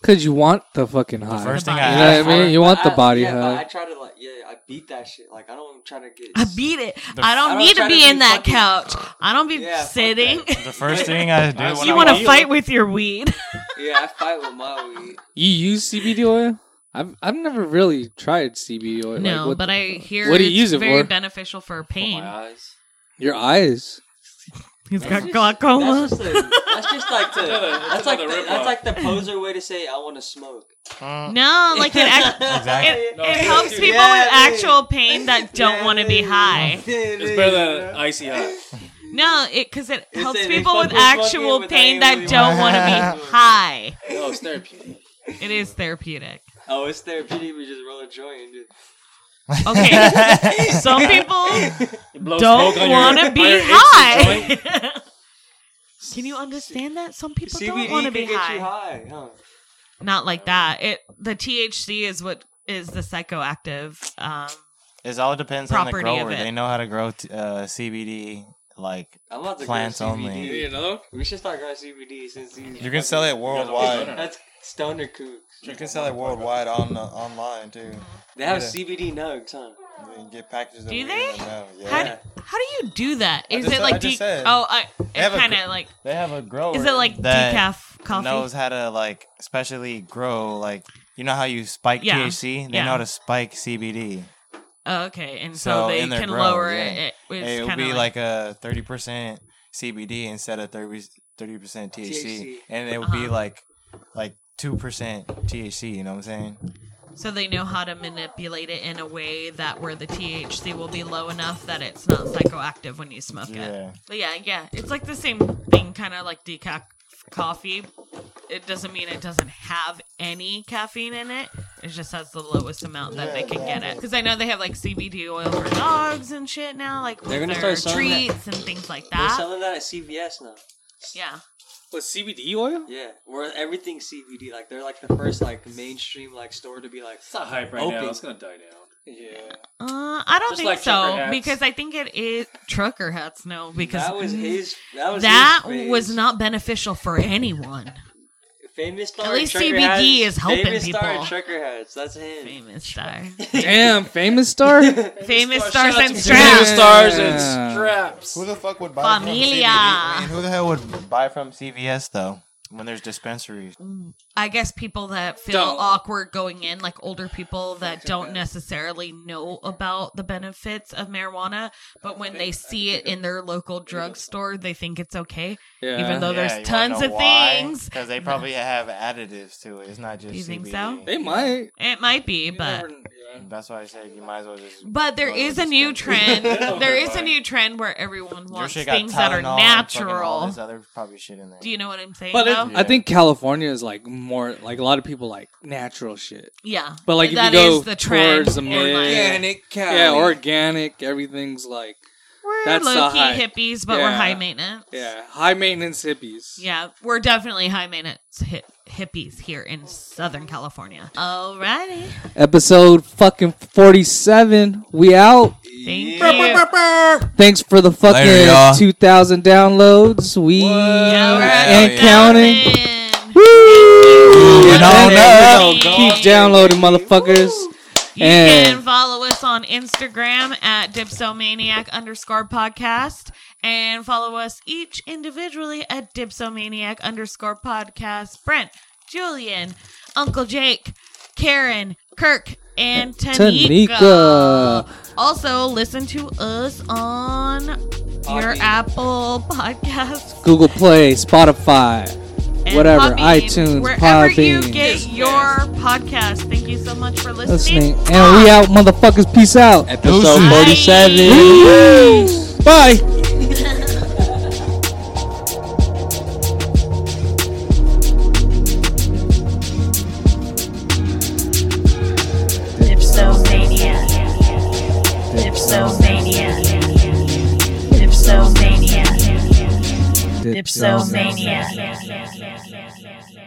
Speaker 2: Cause you want the fucking high.
Speaker 3: first
Speaker 1: thing I
Speaker 2: you know
Speaker 1: asked
Speaker 2: what I mean?
Speaker 4: But
Speaker 2: You want the body
Speaker 4: yeah, but I
Speaker 2: high.
Speaker 4: try to like. Yeah, I beat that shit. Like I don't try to get.
Speaker 1: I beat it.
Speaker 3: The-
Speaker 1: I don't
Speaker 4: I don't
Speaker 1: need to
Speaker 4: try to
Speaker 1: be
Speaker 4: be
Speaker 1: in that
Speaker 4: fucking-
Speaker 1: couch. I don't be
Speaker 4: Yeah, fuck
Speaker 1: sitting.
Speaker 3: The first thing I do
Speaker 5: I
Speaker 3: when
Speaker 5: see
Speaker 1: you
Speaker 3: I
Speaker 1: want
Speaker 5: what wanna
Speaker 1: to
Speaker 3: walk,
Speaker 5: you-
Speaker 1: fight with your weed.
Speaker 4: Yeah, I fight with my weed.
Speaker 2: You use CBD oil? I've I've never really tried CBD oil.
Speaker 1: no,
Speaker 2: like, what-
Speaker 1: but I hear
Speaker 2: what do you
Speaker 1: it's
Speaker 2: use it
Speaker 1: very
Speaker 2: for?
Speaker 1: beneficial for
Speaker 5: For
Speaker 1: pain.
Speaker 5: my eyes.
Speaker 2: your eyes.
Speaker 1: He's got
Speaker 4: just-
Speaker 1: glaucoma.
Speaker 4: That's just, a, that's just like the
Speaker 5: That's
Speaker 4: that's like the,
Speaker 5: another rip
Speaker 4: that's
Speaker 5: off.
Speaker 4: like the poser way to say I want to smoke.
Speaker 3: Mm,
Speaker 1: No, like it, act-
Speaker 3: Exactly.
Speaker 1: it,
Speaker 5: No,
Speaker 1: it
Speaker 5: it's
Speaker 1: helps
Speaker 5: cute.
Speaker 1: people
Speaker 4: Yeah,
Speaker 1: with
Speaker 4: dude.
Speaker 1: actual pain that don't want to be high.
Speaker 5: It's better than icy hot.
Speaker 1: No, it because it
Speaker 4: It's
Speaker 1: helps
Speaker 4: an
Speaker 1: people with
Speaker 4: fucking
Speaker 1: actual
Speaker 4: fucking with
Speaker 1: pain
Speaker 4: anal
Speaker 1: that don't want to be
Speaker 4: implants.
Speaker 1: high.
Speaker 5: No, oh, it's therapeutic.
Speaker 1: It is therapeutic.
Speaker 4: Oh, it's therapeutic. We just roll a joint. And just,
Speaker 1: Okay, some people
Speaker 5: It blows
Speaker 1: don't
Speaker 5: smoke on your-
Speaker 1: want to
Speaker 5: on
Speaker 1: be
Speaker 5: your itchy joint.
Speaker 1: high. Can you understand that? Some people
Speaker 4: CBD
Speaker 1: don't want to
Speaker 4: can
Speaker 1: be
Speaker 4: get you
Speaker 1: high.
Speaker 4: high. Huh?
Speaker 1: Not like that. It the THC is what is the psychoactive. Um,
Speaker 3: It all depends on the
Speaker 1: Property of
Speaker 3: grower.
Speaker 1: it.
Speaker 3: They know how to grow t- uh, CBD. Like
Speaker 4: I'm about to
Speaker 3: Plants
Speaker 4: grow CBD.
Speaker 3: only.
Speaker 5: You need another one?
Speaker 4: We should start growing CBD since these.
Speaker 3: you can sell it
Speaker 5: worldwide.
Speaker 3: worldwide.
Speaker 4: That's stoner kooks.
Speaker 3: You can sell it worldwide on online too.
Speaker 4: They have
Speaker 3: Yeah.
Speaker 4: CBD nugs, huh?
Speaker 3: You can get packages. of
Speaker 1: Do
Speaker 3: weed
Speaker 1: they?
Speaker 3: in them now.
Speaker 1: how,
Speaker 3: Yeah.
Speaker 1: do, how do you do that? Is
Speaker 3: just
Speaker 1: it
Speaker 3: said-
Speaker 1: like
Speaker 3: I just
Speaker 1: de-
Speaker 3: said.
Speaker 1: oh, I,
Speaker 3: have
Speaker 1: it's
Speaker 3: a
Speaker 1: kind
Speaker 3: gr-
Speaker 1: of like
Speaker 3: They have a grower.
Speaker 1: is it like
Speaker 3: that
Speaker 1: decaf coffee?
Speaker 3: Knows how to like specially grow like you know how you spike
Speaker 1: Yeah.
Speaker 3: THC. They
Speaker 1: Yeah.
Speaker 3: know how to spike CBD.
Speaker 1: Oh, okay, and so,
Speaker 3: So,
Speaker 1: they
Speaker 3: in their
Speaker 1: can
Speaker 3: grow,
Speaker 1: lower
Speaker 3: yeah.
Speaker 1: it. it it's
Speaker 3: It will
Speaker 1: kinda
Speaker 3: be like, a thirty percent CBD instead of 30 percent THC,
Speaker 4: THC.
Speaker 3: and it will be
Speaker 1: Uh-huh.
Speaker 3: like like two percent THC. You know what I'm saying?
Speaker 1: so they know how to manipulate it in a way that where the THC will be low enough that it's not psychoactive when you smoke it.
Speaker 3: Yeah.
Speaker 1: But yeah, yeah, it's like the same thing, kind of like decaf coffee. It doesn't mean it doesn't have any caffeine in it. It just has the lowest amount that they can get it. Because I know they have like CBD oil for dogs and shit now, like
Speaker 4: They're gonna
Speaker 1: with
Speaker 4: start
Speaker 1: their
Speaker 4: selling that.
Speaker 1: treats and things like
Speaker 4: They're
Speaker 1: that.
Speaker 4: selling that at CVS now.
Speaker 1: Yeah.
Speaker 5: What, CBD oil?
Speaker 4: Yeah, where everything's CBD. Like they're like the first like mainstream like store to be like.
Speaker 5: It's not hype right
Speaker 4: Opium.
Speaker 5: now. It's going to die down.
Speaker 4: Yeah.
Speaker 1: Uh, I don't
Speaker 5: Just
Speaker 1: think
Speaker 5: like trucker
Speaker 1: so
Speaker 5: hats.
Speaker 1: because I think it is trucker hats. No, because
Speaker 4: That was his. That was
Speaker 1: that
Speaker 4: his phase.
Speaker 1: was not beneficial for anyone.
Speaker 4: Famous star.
Speaker 1: At least
Speaker 4: and trucker
Speaker 1: CBD
Speaker 4: hats.
Speaker 1: is helping
Speaker 4: Famous star and
Speaker 1: people.
Speaker 4: trucker hats. That's him.
Speaker 1: Famous star,
Speaker 2: Damn, famous star?
Speaker 1: famous stars
Speaker 5: Shout out
Speaker 1: and
Speaker 5: to
Speaker 1: straps.
Speaker 5: Famous stars and
Speaker 2: Yeah.
Speaker 5: straps.
Speaker 3: Who the fuck would buy
Speaker 1: Familia.
Speaker 3: from CBD? Who the hell would buy from CVS though? When there's dispensaries,
Speaker 1: I guess people that feel
Speaker 5: Don't.
Speaker 1: awkward going in, like older people that don't necessarily know about the benefits of marijuana, but when they see it in their local drugstore, they think it's okay,
Speaker 2: Yeah.
Speaker 1: even though
Speaker 3: Yeah,
Speaker 1: there's
Speaker 3: you wanna
Speaker 1: tons
Speaker 3: know
Speaker 1: of
Speaker 3: why?
Speaker 1: things.
Speaker 3: Cause they probably have additives to it. It's not just
Speaker 1: You think
Speaker 3: CBD.
Speaker 1: so?
Speaker 2: They might.
Speaker 1: It might be, but
Speaker 3: That's why I said you might as well just.
Speaker 1: But there
Speaker 3: Well,
Speaker 1: is a
Speaker 3: it's
Speaker 1: new
Speaker 3: different.
Speaker 1: trend. there is a new trend where everyone
Speaker 3: Your
Speaker 1: wants
Speaker 3: shit got
Speaker 1: things that are
Speaker 3: Tylenol and fucking all
Speaker 1: natural.
Speaker 3: This other probably shit in there.
Speaker 1: Do you know what I'm saying?
Speaker 2: But it,
Speaker 1: though?
Speaker 2: I think California is like more like a lot of people like natural shit.
Speaker 1: yeah,
Speaker 2: But like if
Speaker 1: That
Speaker 2: you go
Speaker 1: is the trend
Speaker 2: towards the
Speaker 1: in
Speaker 2: mid,
Speaker 1: life.
Speaker 2: yeah, organic, everything's like
Speaker 1: We're
Speaker 2: That's the
Speaker 1: low key
Speaker 2: high-
Speaker 1: hippies, but we're
Speaker 2: yeah.
Speaker 1: high maintenance.
Speaker 2: Yeah, high maintenance hippies.
Speaker 1: Yeah, we're definitely high maintenance hip- hippies here in Southern California. Alrighty.
Speaker 2: Episode fucking 47. We out.
Speaker 1: Thank
Speaker 4: Yeah.
Speaker 1: you.
Speaker 2: Thanks for the fucking
Speaker 3: Later, y'all.
Speaker 2: 2000 downloads. We
Speaker 1: Yeah, we're at
Speaker 2: and
Speaker 3: yeah.
Speaker 1: 2000.
Speaker 2: counting. Woo!
Speaker 3: Moving on
Speaker 2: Yeah,
Speaker 1: up.
Speaker 2: we gonna Keep downloading, motherfuckers.
Speaker 1: You
Speaker 2: And-
Speaker 1: can follow us on Instagram at dipsomaniac underscore podcast and follow us each individually at dipsomaniac underscore podcast. Brent, Julian, Uncle Jake, Karen, Kirk, and Tanika.
Speaker 2: Tanika.
Speaker 1: Also, listen to us on your
Speaker 4: Podbean.
Speaker 1: Apple Podcasts
Speaker 2: Google Play, Spotify,
Speaker 1: and
Speaker 2: whatever,
Speaker 1: Podbean,
Speaker 2: iTunes,
Speaker 1: wherever you
Speaker 2: Podbean.
Speaker 1: get
Speaker 5: Yes,
Speaker 1: your podcast. Thank you so much for
Speaker 2: listening.
Speaker 1: listening.
Speaker 2: And we out, motherfuckers. Peace out.
Speaker 3: Episode
Speaker 1: Bye.
Speaker 3: 47.
Speaker 2: Peace. Bye.
Speaker 6: Dipsomania. Dipsomania. Dipsomania. Dipsomania. Dipsomania.